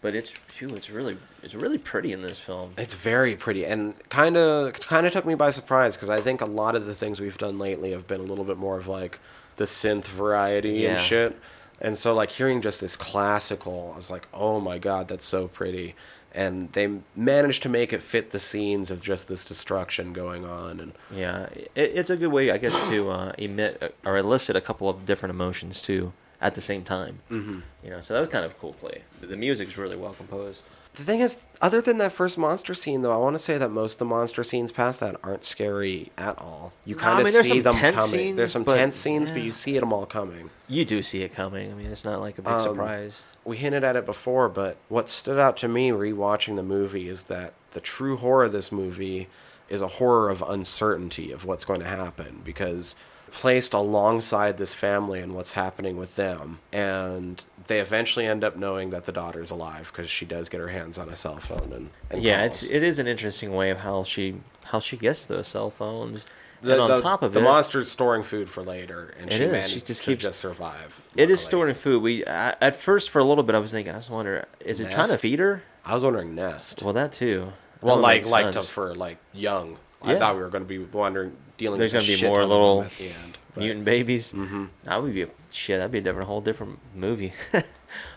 But it's, phew, it's really, it's really pretty in this film.
It's very pretty and kind of kind of took me by surprise because I think a lot of the things we've done lately have been a little bit more of like the synth variety
Yeah.
and shit. And so like hearing just this classical, I was like, "Oh my god, that's so pretty." And they managed to make it fit the scenes of just this destruction going on and
Yeah, it, it's a good way, I guess, to uh, emit or elicit a couple of different emotions too. at the same time. Mm-hmm. You know, so that was kind of a cool play. The music's really well composed.
The thing is, other than that first monster scene, though, I want to say that most of the monster scenes past that aren't scary at all. You
No,
kind
I
of
mean, there's
see
some
them
tense
coming.
scenes,
there's some
but-
tense scenes, but
yeah.
you see them all coming.
You do see it coming. I mean, it's not like a big
Um,
surprise.
We hinted at it before, but what stood out to me rewatching the movie is that the true horror of this movie is a horror of uncertainty of what's going to happen because placed alongside this family and what's happening with them and they eventually end up knowing that the daughter's alive because she does get her hands on a cell phone and, and
yeah,
calls.
it's it is an interesting way of how she how she gets those cell phones.
The,
and on
the-
top of
the
it,
monster's storing food for later, and
It
she
is.
managed
She just
to
keeps-
just survive.
it is
luckily.
storing food. We I, at first for a little bit, I was thinking, I was wondering, is it trying to
Nest?
feed her?
I was wondering nest. Well,
Well, that too. That would
like
make
like to,
sense.
for like young. I
Yeah.
thought we were going to be wondering dealing.
There's
going to
gonna be more little
at the end. but-
mutant babies. Mm-hmm. That would be a, shit. That'd be a different, whole different movie. [LAUGHS]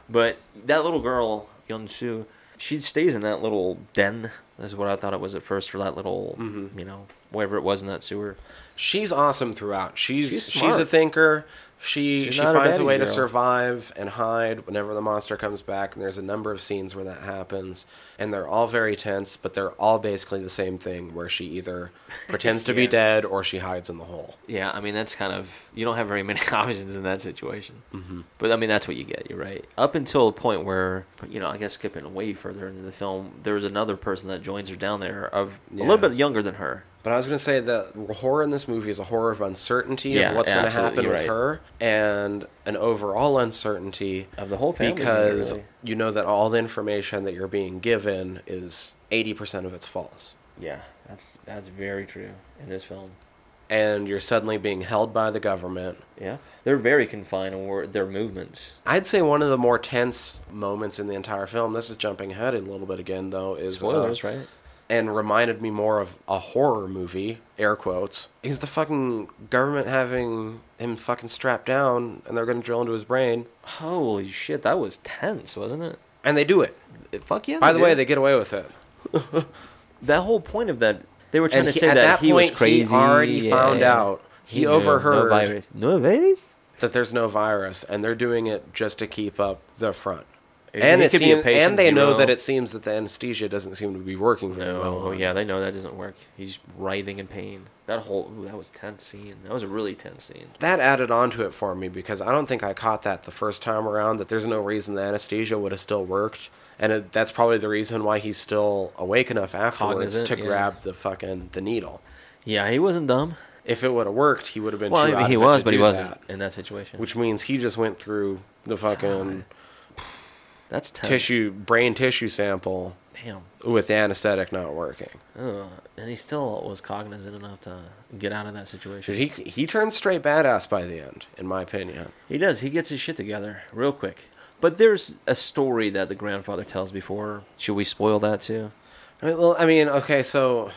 but that little girl Yun Soo, she stays in that little den. That's what I thought it was at first for that little,
Mm-hmm.
you know, whatever it was in that sewer.
she's awesome throughout. She's
She's
she's, a
smart.
thinker. She
She's
she
not a
finds a
daddy's
way to
girl.
survive and hide whenever the monster comes back. And there's a number of scenes where that happens, and they're all very tense, but they're all basically the same thing, where she
[LAUGHS]
either pretends to be
Yeah.
dead or she hides in the hole.
Yeah, I mean that's kind of you don't have very many [LAUGHS] options in that situation. Mm-hmm. But I mean that's what you get. You're right. Up until the point where you know, I guess skipping way further into the film, there's another person that joins her down there of a
Yeah.
little bit younger than her.
But I was going to say that horror in this movie is a horror of uncertainty
Yeah,
of what's going to
absolutely,
happen
you're
with
right.
her and an overall uncertainty
Of the whole family,
because
really.
you know that all the information that you're being given is 80% of it's false.
Yeah, that's that's very true in this film.
And you're suddenly being held by the government.
Yeah, they're very confined in wor- their movements.
I'd say one of the more tense moments in the entire film, this is jumping ahead a little bit again though, is uh,
Spoilers, right?
and reminded me more of a horror movie, air quotes, is the fucking government having him fucking strapped down and they're going to drill into his brain.
Holy shit, that was tense, wasn't it?
And they do it.
It- Fuck yeah!
By the way,
did.
they get away with it.
that whole point of that they were trying
And
to
he-
say
at that
that, he was
point, he
crazy.
already found out. He
knew.
overheard.
No virus. No virus?
That there's no virus and they're doing it just to keep up the front.
It-
and
it
it
could be a
seems,
patient
and they know
zero.
that it seems that the anesthesia doesn't seem to be working very well.
Oh
on
yeah, they know that doesn't work. He's writhing in pain. That whole ooh, that was tense scene. That was a really tense scene.
that added onto it for me because I don't think I caught that the first time around. That there's no reason the anesthesia would have still worked, and it, that's probably the reason why he's still awake enough afterwards
Cognizant,
to
yeah.
grab the fucking the needle.
Yeah, he wasn't dumb.
If it would have worked, he would have been.
Well,
too
I mean,
out
he
of it
was,
to
but he
do
wasn't
that,
in that situation. Which
which means he just went through the fucking
that's tense.
tissue, brain tissue sample
Damn.
with the anesthetic not working.
Ugh. And he still was cognizant enough to get out of that situation.
Dude, he he turned straight badass by the end, in my opinion.
He does. He gets his shit together real quick. But there's a story that the grandfather tells before. Should we spoil that too?
I mean, well, I mean, okay, so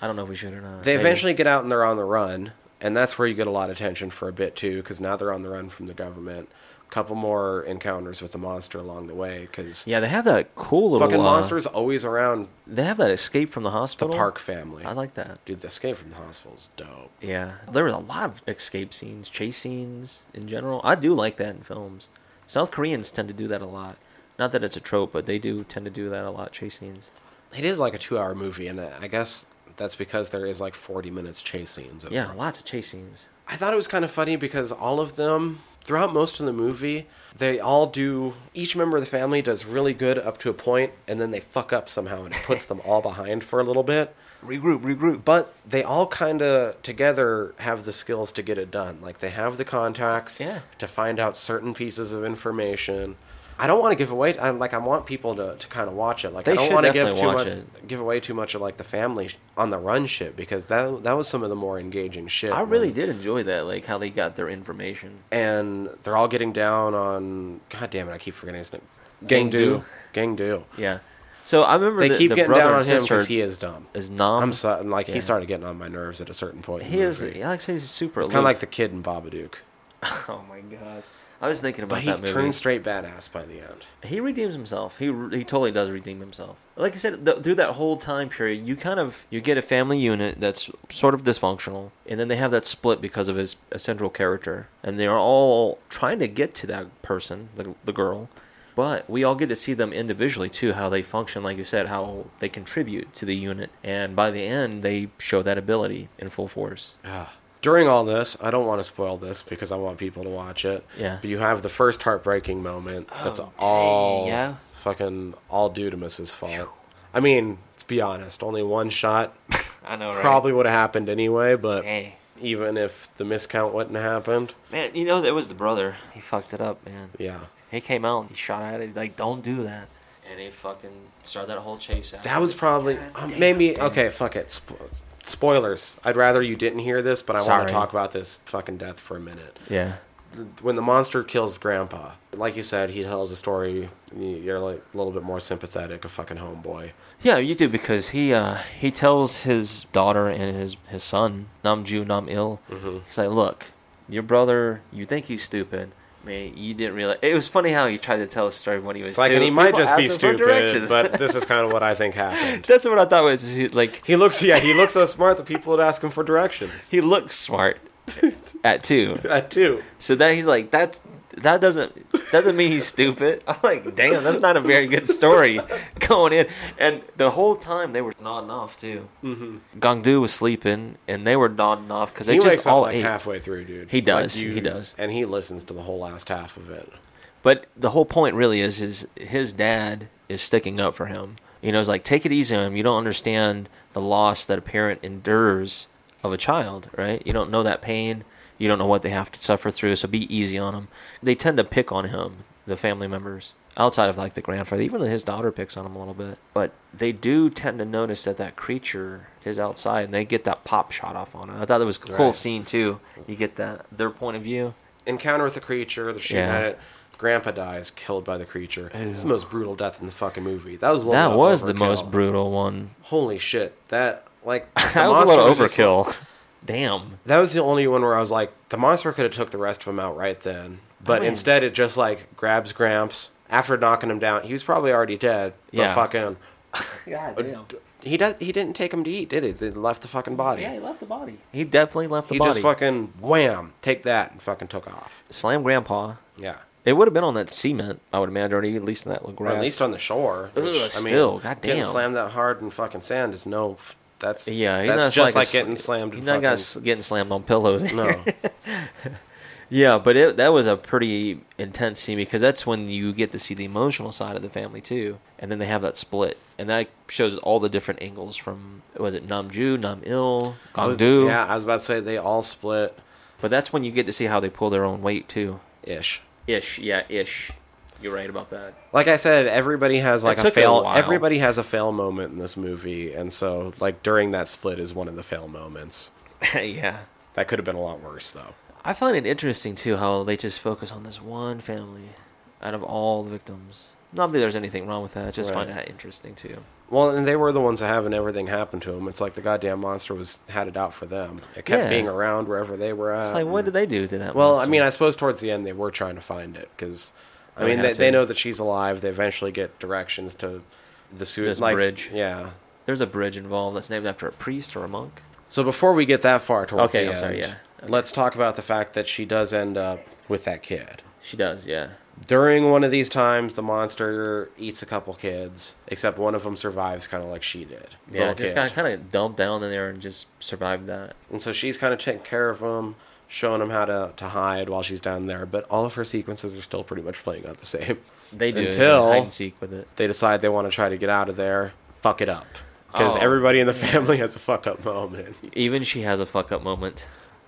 I don't know if we should or not.
They
Maybe.
eventually get out and they're on the run, and that's where you get a lot of tension for a bit too, because now they're on the run from the government. couple more encounters with the monster along the way, because
Yeah, they have that cool little.
fucking
uh,
monsters always around
They have that escape from the
the
hospital.
Park family.
I like that.
Dude, the escape from the hospital's dope.
Yeah, there was a lot of escape scenes, chase scenes in general. I do like that in films. South Koreans tend to do that a lot. Not that it's a trope, but they do tend to do that a lot. Chase scenes.
It is like a two-hour movie, and I guess that's because there is like 40 minutes chase scenes. over
Yeah, lots of chase scenes.
I thought it was kind of funny because all of them, throughout most of the movie, they all do. Each member of the family does really good up to a point, and then they fuck up somehow, and it puts them all behind for a little bit.
Regroup, regroup.
But they all kind of together have the skills to get it done. Like they have the contacts
Yeah.
to find out certain pieces of information. I don't want to give away. I like I want people to, to kind of watch it. Like
They
I don't
should
want to give
definitely
too
watch
much,
it.
give away too much of like the family sh- on the run shit because that that was some of the more engaging shit.
I
when-
really did enjoy that, like how they got their information.
and they're all getting down on. God damn it! I keep forgetting his name. Gangdu. Gangdu.
Yeah. So I remember
They
the,
keep
the
getting
brother
down on
and
him
sister
because he is dumb.
is nom.
I'm sorry. Like
yeah.
he started getting on my nerves at a certain point. in
He
the
is.
movie.
Alex is super.
It's kind of like the kid in Babadook.
[LAUGHS] Oh my gosh. I was thinking about
But he
that movie.
turns straight badass by the end.
he redeems himself. He re- he totally does redeem himself. Like I said, th- through that whole time period, you kind of you get a family unit that's sort of dysfunctional, and then they have that split because of his a central character, and they're all trying to get to that person, the the girl. But we all get to see them individually too, how they function, like you said, how they contribute to the unit, and by the end they show that ability in full force.
During all this, I don't want to spoil this because I want people to watch it.
Yeah.
But you have the first heartbreaking moment. that's
Oh,
all
dang, yeah.
fucking all due to Mrs. Fault. I mean, let's be honest, only one shot
[LAUGHS] I know,
probably would have happened anyway, but
Hey.
even if the miscount wouldn't have happened,
man, you know that was the brother. He fucked it up, man.
yeah.
He came out and he shot at it like, "Don't do that." And he fucking started that whole chase. After
That was probably um, maybe okay. Fuck it. Spo- spoilers. I'd rather you didn't hear this, but I want
Sorry.
to talk about this fucking death for a minute.
Yeah.
When the monster kills Grandpa, like you said, he tells a story. You're like a little bit more sympathetic, a fucking homeboy.
Yeah, you do because he uh, he tells his daughter and his his son Nam Ju Nam Il. He's like, "Look, your brother. You think he's stupid." Man, you didn't realize. It was funny how he tried to tell a story when he was.
It's like,
two.
and he might
People
just be
ask him
stupid,
for directions. [LAUGHS]
but this is kind of what I think happened.
that's what I thought was he- like.
He looks, yeah, he looks so smart that people would ask him for directions. Uh,
He
[LAUGHS]
looked smart at two.
That too.
So that he's like, that's that doesn't doesn't mean he's stupid. [LAUGHS] I'm like, damn, that's not a very good story [LAUGHS] going in. And the whole time they were nodding off too. Mm-hmm. Gangdu was sleeping, and they were nodding off because they
He wakes
just
up
all
like
ate.
halfway through, dude.
He does,
Like,
he does.
and he listens to the whole last half of it.
But the whole point really is is his dad is sticking up for him. You know, it's like take it easy on him. You don't understand the loss that a parent endures of a child, right? You don't know that pain. You don't know what they have to suffer through. So be easy on him. They tend to pick on him, the family members, outside of like the grandfather. Even his daughter picks on him a little bit. But they do tend to notice that that creature is outside, and they get that pop shot off on him. I thought that was a cool
Right.
scene too. You get that their point of view.
encounter with the creature, the shooting
Yeah.
at it. Grandpa dies, killed by the creature. It's the most brutal death in the fucking movie. That was a little
That
bit
was
overkill.
the most brutal one
Holy shit! That
[LAUGHS]
like the
that was a little
monster just-
overkill. Damn.
that was the only one where I was like, the monster could have took the rest of him out right then, but
mean-
instead it just like grabs Gramps after knocking him down. He was probably already dead. but
Yeah.
fucking.
[LAUGHS] God damn.
He does. He didn't take him to eat, did he? They left the fucking body.
left the body. He definitely left the
he
body.
just fucking wham, take that and fucking took off.
slam grandpa.
Yeah.
It would have been on that cement, I would imagine, or at least in that little
Or
grass.
at least on the shore.
Ugh, still, goddamn.
Getting slammed that hard in fucking sand is no. f- That's
yeah, he's not
That's just
a
like
sl-
getting slammed.
He's
in
not
fucking,
got s- getting slammed on pillows. [LAUGHS]
no.
yeah, but it, that was a pretty intense scene because that's when you get to see the emotional side of the family too, and then they have that split, and that shows all the different angles from was it Namju, Namil, Gongdu.
Yeah, I was about to say they all split
But that's when you get to see how they pull their own weight too.
ish.
Ish, yeah, ish. You're right about that.
Like I said, everybody has like
It
a
took a
fail.
while.
everybody has a fail moment in this movie, and so like during that split is one of the fail moments.
[LAUGHS] yeah.
That could have been a lot worse though.
I find it interesting too how they just focus on this one family out of all the victims. Not that there's anything wrong with that. I just find
Right.
that interesting too.
Well, and they were the ones that having everything happen to them. It's like the goddamn monster was had it out for them. It kept
Yeah.
being around wherever they were at.
It's like, what
and-
did they do to that?
Um, Well, I
monster?
mean, I suppose towards the end they were trying to find it because, I
They
mean,
had
they, they
to.
know that she's alive. They eventually get directions to the sui-
This
like,
bridge.
Yeah.
there's a bridge involved that's named after a priest or a monk.
So before we get that far towards
Okay,
the
I'm sorry,
end,
yeah.
let's talk about the fact that she does end up with that kid.
She does, yeah.
During one of these times, the monster eats a couple kids, except one of them survives, kind of like she did.
Yeah,
Little
just
kid.
got kind of dumped down in there and just survived that.
And so she's kind of taking care of him, showing him how to, to hide while she's down there. But all of her sequences are still pretty much playing out the same.
They do it's like
Until-
hide and seek with it.
they decide they want to try to get out of there, fuck it up. Because
Oh.
everybody in the [LAUGHS] family has a fuck up moment.
Even she has a fuck up moment.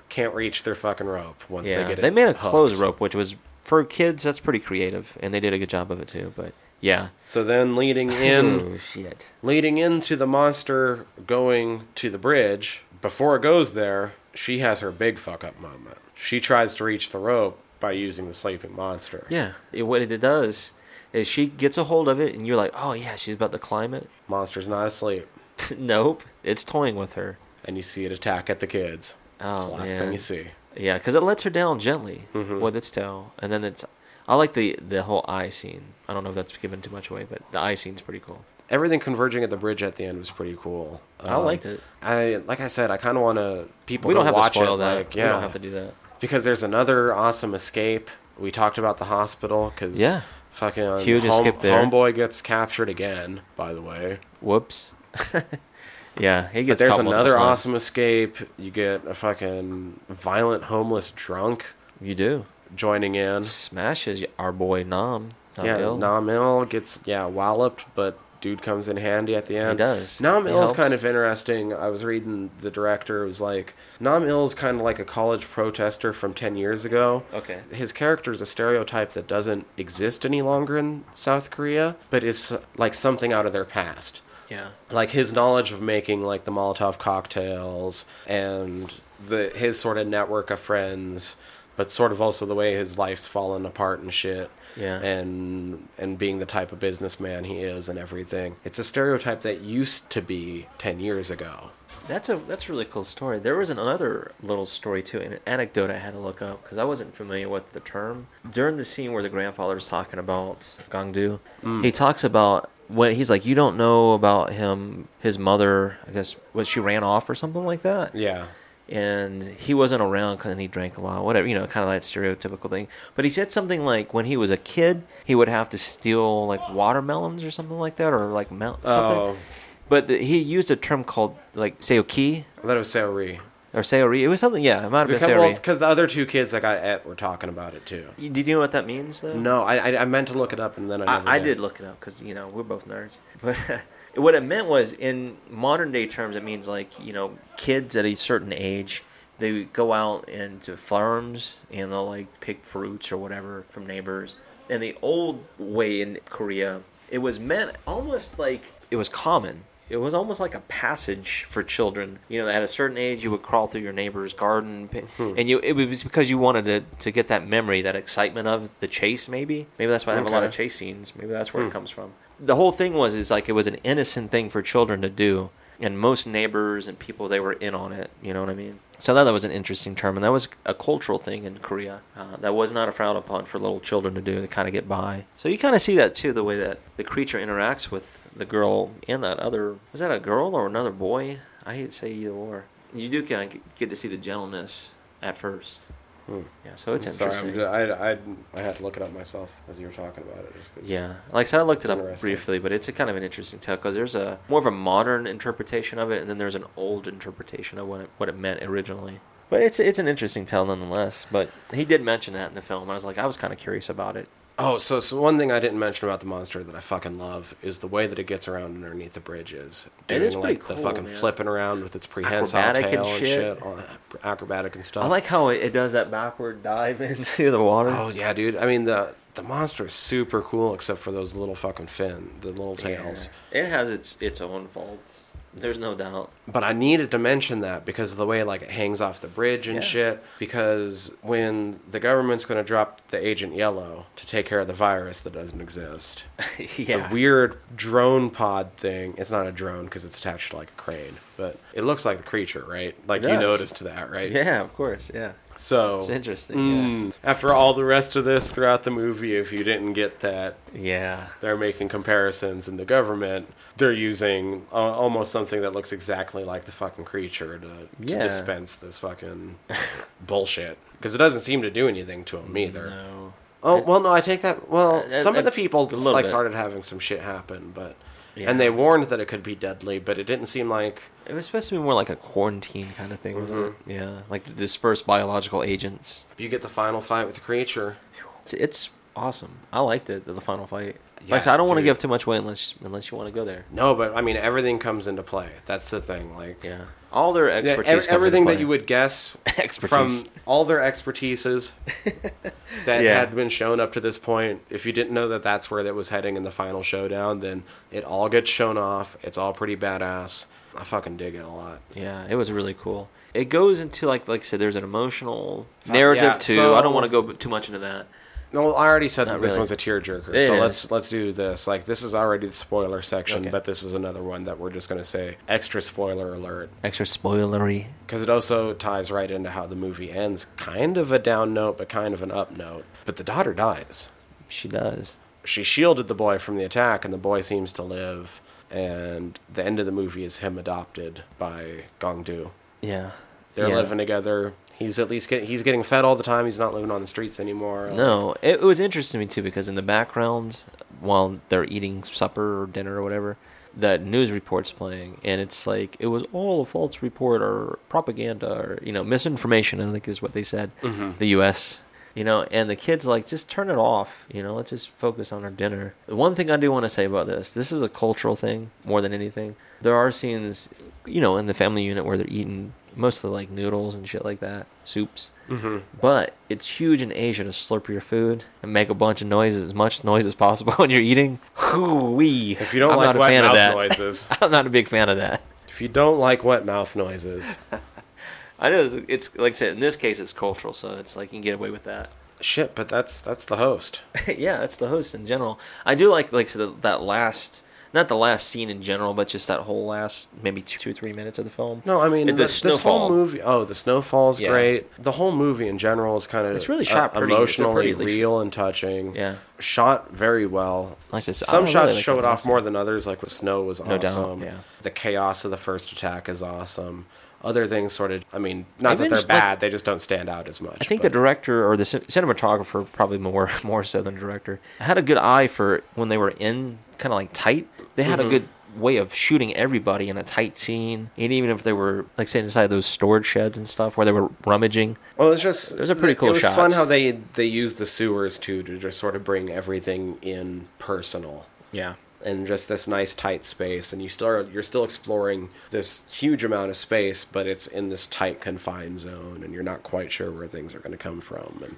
Can't reach their fucking rope once
yeah,
they get it.
they made a
hooked.
clothes rope, which was for kids. That's pretty creative, and they did a good job of it too. But yeah,
So then leading in
[LAUGHS] oh shit,
leading into the monster going to the bridge, before it goes there, she has her big fuck up moment. She tries to reach the rope by using the sleeping monster.
yeah. It, what it does is she gets a hold of it, and you're like, oh yeah, she's about to climb it. [LAUGHS]
Monster's not asleep.
nope, it's toying with her.
And you see it attack at the kids.
Oh,
it's the last
man.
thing you see.
Yeah, because it lets her down gently
Mm-hmm.
with its tail, and then it's. I like the the whole eye scene. I don't know if that's given too much away, but the eye scene's pretty cool.
Everything converging at the bridge at the end was pretty cool. Um,
I liked it.
I like I said, I kind of want to people.
We
to
don't have to
watch
spoil
it,
that.
like,
We
yeah,
don't have to do that.
because there's another awesome escape. We talked about the hospital because
Yeah.
fucking
Huge escape there.
Homeboy gets captured again. By the way,
Whoops. [LAUGHS] yeah, he
but
gets.
there's
caught multiple
another
times.
awesome escape. You get a fucking violent homeless drunk
You do
joining in.
smashes our boy Nom. Nom
yeah,
Hill.
Nam Il gets yeah walloped, but dude comes in handy at the end.
does.
Nam
He
Il is
helps.
kind of interesting. I was reading the director it was like Nam Il is kind of like a college protester from ten years ago.
Okay.
His character is a stereotype that doesn't exist any longer in South Korea, but is like something out of their past
Yeah.
like his knowledge of making like the Molotov cocktails and the his sort of network of friends, but sort of also the way his life's fallen apart and shit.
Yeah.
And and being the type of businessman he is and everything. It's a stereotype that used to be ten years ago.
That's a that's a really cool story. There was another little story too, an anecdote I had to look up because I wasn't familiar with the term. During the scene where the grandfather's talking about Gongdu,
Mm.
he talks about when he's like, "You don't know about him, his mother. I guess was she ran off or something like that."
Yeah.
and he wasn't around because he drank a lot, whatever, you know, kind of that stereotypical thing. But he said something like when he was a kid, he would have to steal like watermelons or something like that, or like mel- something.
Oh.
But the, he used a term called like seoki
I thought it was Seori.
or seori. It was something, yeah, it might have been
Because well,
seori.
'cause the other two kids that got at were talking about it too.
You- Did you know what that means though?
No, I I, I meant to look it up and then I never
I, I did look it up because you know we're both nerds. [LAUGHS] But uh, what it meant was in modern day terms, it means like you know kids at a certain age they go out into farms and they'll like pick fruits or whatever from neighbors. And the old way in Korea, it was meant almost like it was common. It was almost like a passage for children. You know, at a certain age, you would crawl through your neighbor's garden, pi- and you it was because you wanted to, to get that memory, that excitement of the chase. Maybe, maybe that's why I have a lot of
Okay.
chase chase scenes. Maybe that's where it comes from. The whole thing was is like it was an innocent thing for children to do, and most neighbors and people they were in on it. You know what I mean? So I thought that was an interesting term, and that was a cultural thing in Korea uh, that was not frowned upon for little children to do to kind of get by. So you kind of see that too, the way that the creature interacts with the girl and that other was that a girl or another boy? I hate to say either or. You do kind of get to see the gentleness at first. Yeah, so it's
Hmm. I'm sorry,
interesting.
I'm just, I, I, I had to look it up myself as you were talking about it. Just 'cause-
Yeah, like I said, I looked it
It's
up
interesting.
briefly, but it's a kind of an interesting tale because there's a more of a modern interpretation of it, and then there's an old interpretation of what it, what it meant originally. But it's it's an interesting tale nonetheless. But he did mention that in the film. I was like, I was kind of curious about it.
Oh, so, so one thing I didn't mention about the monster that I fucking love is the way that it gets around underneath the bridges.
It is
like the
pretty cool,
fucking
man.
flipping around with its prehensile
Acrobatic
tail
and
and
shit.
shit, all that acrobatic and stuff.
I like how it, it does that backward dive [LAUGHS] into the water.
Oh yeah, dude. I mean the the monster is super cool except for those little fucking fin, the little tails.
Yeah. It has its its own faults. There's no doubt. [LAUGHS]
But I needed to mention that because of the way like it hangs off the bridge and
Yeah.
shit. Because when the government's going to drop the Agent Yellow to take care of the virus that doesn't exist, the
yeah. [LAUGHS]
weird drone pod thing. It's not a drone because it's attached to like a crane, but it looks like the creature, right? Like
It
you
does.
noticed that, right?
Yeah, of course. Yeah.
So
It's interesting.
mm, after all the rest of this throughout the movie, if you didn't get that,
Yeah. Yeah.
they're making comparisons in the government. They're using uh, almost something that looks exactly like the fucking creature to, to
Yeah.
dispense this fucking [LAUGHS] bullshit. Because it doesn't seem to do anything to him either.
No.
Oh well, no, I take that. Well,
Uh,
some
uh,
of the people
a little
like
bit.
started having some shit happen, but
Yeah.
and they warned that it could be deadly, but it didn't seem like
It was supposed to be more like a quarantine kind of thing, wasn't
Mm-hmm.
it? Yeah, like the dispersed biological agents.
you get the final fight with the creature.
It's, it's awesome. I liked it. The, the final fight.
Yeah,
like I said, I don't want to
dude.
give too much away unless unless you want to go there.
No, but I mean everything comes into play. That's the thing. Like
Yeah, all their
Yeah, ev-
expertise. comes into
everything that
play.
you would guess from
Expertise.
all their
[LAUGHS]
expertises that
Yeah.
had been shown up to this point. If you didn't know that that's where that was heading in the final showdown, then it all gets shown off. It's all pretty badass. I fucking dig it a lot.
Yeah, it was really cool. It goes into like like I said, there's an emotional narrative
yeah,
too.
so-
I don't want to go b- too much into that.
No, I already said that
Not
this
really.
one's a tearjerker.
It
so
is.
let's let's do this. Like this is already the spoiler section,
Okay.
but this is another one that we're just gonna say extra spoiler alert
Extra spoilery.
because it also ties right into how the movie ends. Kind of a down note, but kind of an up note. But the daughter dies.
She does.
She shielded the boy from the attack, and the boy seems to live. And the end of the movie is him adopted by Gongdu.
Yeah.
They're
Yeah.
living together. He's at least get, he's getting fed all the time. He's not living on the streets anymore.
No, it, it was interesting to me too because in the background, while they're eating supper or dinner or whatever, that news report's playing, and it's like it was all a false report or propaganda or you know misinformation. I think is what they said. The U.S. You know, and the kids like just turn it off. You know, let's just focus on our dinner. The one thing I do want to say about this, this is a cultural thing more than anything. There are scenes, you know, in the family unit where they're eating mostly like noodles and shit like that, soups. Mm-hmm. But it's huge in Asia to slurp your food and make a bunch of noises, as much noise as possible [LAUGHS] when you're eating. Hoo-wee.
If you don't like wet mouth noises,
[LAUGHS] I'm not a big fan of that.
if you don't like wet mouth noises,
I know it's, it's like I said in this case it's cultural, so it's like you can get away with that. [LAUGHS]
shit. But that's that's the host.
yeah, that's the host in general. I do like like so the, that last, not the last scene in general, but just that whole last maybe two, two or three minutes of the film.
No, I mean
It's the
this, this whole
snowfall.
movie. Oh, the snowfall's
Yeah.
great. The whole movie in general is kind of
It's really shot pretty. It's a
emotionally
pretty-
real and touching.
Yeah.
shot very well.
Like I said, I
Some
really
shots
like
show
the
it off
last
more than others. Like with snow was
No doubt,
awesome.
yeah.
The chaos of the first attack is awesome. Other things sort of. I mean, not that they're
Even just, like-
bad. they just don't stand out as much.
I think
but-
the director or the cin- cinematographer, probably more [LAUGHS] more so than the director, had a good eye for when they were in kind of like tight. They had a good way of shooting everybody in a tight scene, and even if they were like say inside those storage sheds and stuff where they were rummaging.
Well, it's just
Those are pretty cool
It was fun
shots.
how they they use the sewers too to just sort of bring everything in personal
Yeah.
and just this nice tight space, and you still you're still exploring this huge amount of space, but it's in this tight confined zone, and you're not quite sure where things are going to come from. And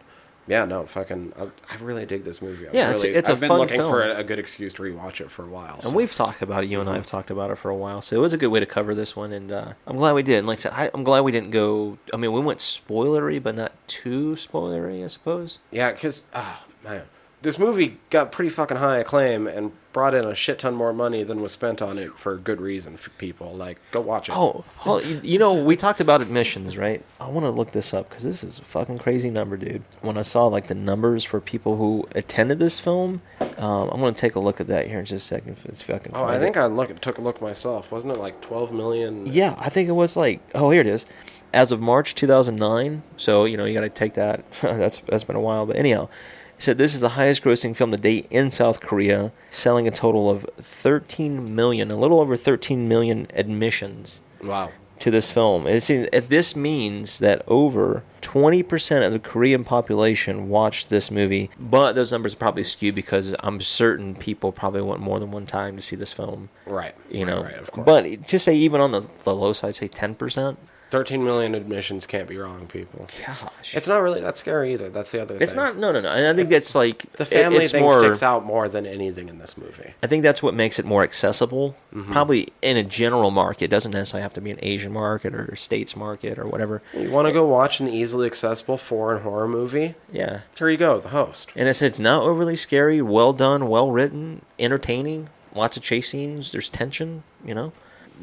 yeah, no, fucking, I, I really dig this movie. I
Yeah, it's a-
really,
it's a
I've been
fun
looking for
film.
a, a good excuse to rewatch it for a while. so.
And we've talked about it. You and I have talked about it for a while, so it was a good way to cover this one. And uh, I'm glad we did. And like I said, I, I'm glad we didn't go. I mean, we went spoilery, but not too spoilery, I suppose.
Yeah, because, oh, man. This movie got pretty fucking high acclaim and brought in a shit ton more money than was spent on it for good reason for people. Like, go watch it.
Oh, hold- you- you know, we talked about admissions, right? I want to look this up because this is a fucking crazy number, dude. When I saw like the numbers for people who attended this film, um, I'm gonna take a look at that here in just a second. If it's fucking.
Oh, I
find it.
think I look, took a look myself. Wasn't it like 12 million?
Yeah, I think it was like oh here it is, as of March 2009. So you know you got to take that. [LAUGHS] that's that's been a while, but anyhow, it said this is the highest grossing film to date in South Korea, selling a total of 13 million, a little over 13 million admissions
Wow.
to this film. It seems if this means that over 20% of the Korean population watched this movie, but those numbers are probably skewed because I'm certain people probably went more than one time to see this film.
Right.
You
right,
know,
right, of course.
but to say even on the, the low side, say 10%.
13 million admissions can't be wrong, people.
Gosh.
It's not really that scary either. That's the other thing.
It's not no no no. And I think that's like
The family
it's
thing
more,
sticks out more than anything in this movie.
I think that's what makes it more accessible.
Mm-hmm.
Probably in a general market, it doesn't necessarily have to be an Asian market or states market or whatever.
You want to go watch an easily accessible foreign horror movie?
Yeah.
Here you go, The Host.
And it said it's not overly scary, well done, well written, entertaining, lots of chase scenes, there's tension, you know.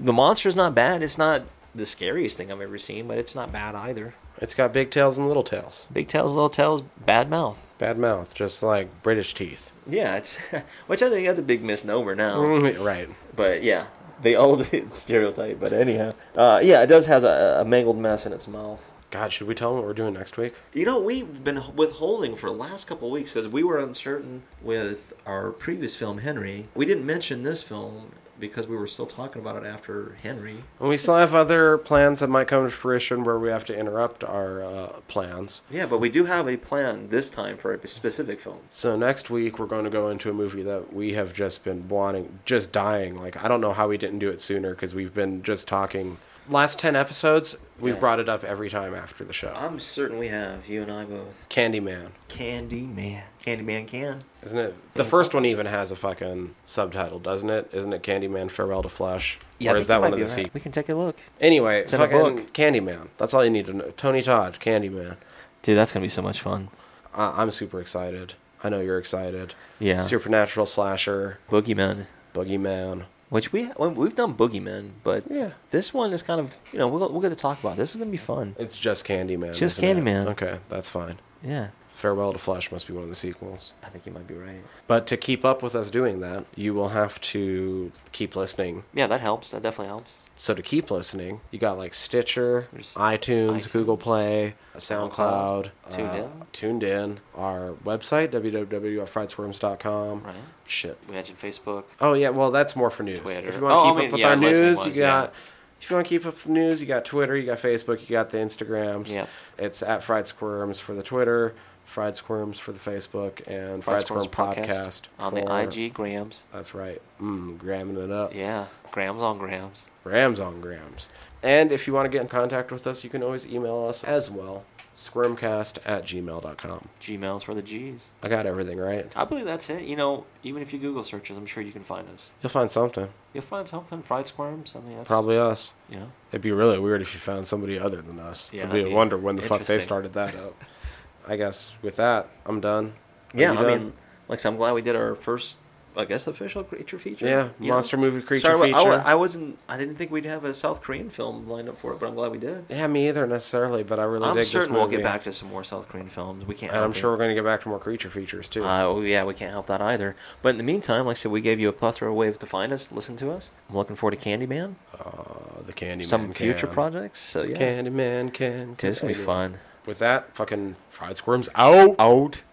The monster's not bad. It's not the scariest thing I've ever seen, but it's not bad either.
It's got big tails and little tails.
Big tails, little tails, bad mouth.
Bad mouth, just like British teeth.
[LAUGHS] Yeah, it's which I think that's a big misnomer now.
right.
But yeah, the old [LAUGHS] stereotype. But anyhow, uh, yeah, it does has a, a mangled mess in its mouth.
God, should we tell them what we're doing next week?
You know, we've been withholding for the last couple of weeks because we were uncertain with our previous film, Henry. We didn't mention this film because we were still talking about it after Henry.
And we still have other plans that might come to fruition where we have to interrupt our uh, plans.
Yeah, but we do have a plan this time for a specific film.
So next week we're going to go into a movie that we have just been wanting, just dying. Like I don't know how we didn't do it sooner because we've been just talking. Last ten episodes, we've
Yeah. Uh-huh.
brought it up every time after the show.
I'm certain we have, you and I both.
Candyman,
Candyman. Candyman can.
isn't it? The first one even has a fucking subtitle, doesn't it? Isn't it Candyman Farewell to Flesh? or is that one of the sequels?
We can take a look.
Anyway,
in a
fucking
book.
Candyman. That's all you need to know. Tony Todd, Candyman.
Dude, that's going to be so much fun.
I- I'm super excited. I know you're excited.
Yeah.
Supernatural slasher,
Boogeyman,
Boogeyman.
which we well, we've done Boogeyman, but
Yeah.
this one is kind of you know we'll we'll get to talk about. it. This is gonna be fun.
It's just Candyman.
Just
isn't it?
Candyman.
Okay, that's fine.
Yeah,
Farewell to Flesh must be one of the sequels.
I think you might be right.
But to keep up with us doing that, you will have to keep listening.
Yeah, that helps. That definitely helps.
So to keep listening, you got like Stitcher,
There's
iTunes,
iTunes,
Google Play,
SoundCloud,
SoundCloud,
Tuned
uh,
In.
Tuned In, our website www.friedsworms.com.
Right.
Shit.
We mentioned Facebook.
Oh yeah, well that's more for news.
Twitter.
If you want to
Oh, I
keep
mean,
up with
yeah,
our
the last one
news,
was,
you
yeah.
got. If you want to keep up with the news, you got Twitter, you got Facebook, you got the Instagrams.
Yep.
It's at Fried Squirms for the Twitter, Fried Squirms for the Facebook, and Fried, Squirm Podcast,
on
for-
the IG Grams.
That's right. Mm, gramming it up.
Yeah, Grams on Grams.
Rams on grams. And if you want to get in contact with us, you can always email us as well. Squirmcast at gmail.com.
Gmails for the G's.
I got everything right.
I believe that's it. You know, even if you Google searches, I'm sure you can find us.
You'll find something.
You'll find something. Fried squirms. I mean, that's
Probably us.
You know,
It'd be really weird if you found somebody other than us.
Yeah,
It'd be
that'd
a
be
wonder when the fuck they
interesting.
started that up. I guess with that, I'm done. Are
Yeah,
you
I
done?
mean, like I said, I'm glad we did our first, I guess, official creature feature.
Yeah,
you know?
monster movie creature
Sorry, I, wa-
feature.
I wasn't. I didn't think we'd have a South Korean film lined up for it, but I'm glad we did.
yeah, me either necessarily, but I really
I'm
dig this
certain
movie.
we'll get back to some more South Korean films. We can't.
and
help
I'm
it.
sure we're going to get back to more creature features too.
Uh, oh, yeah, we can't help that either. But in the meantime, like I said, we gave you a plethora of ways to find us, listen to us. I'm looking forward to Candyman,
Uh, the Candyman
some future
can.
projects. So yeah,
Candyman can.
Dude, it's gonna be
continue.
fun.
With that, fucking fried squirms out.
Out.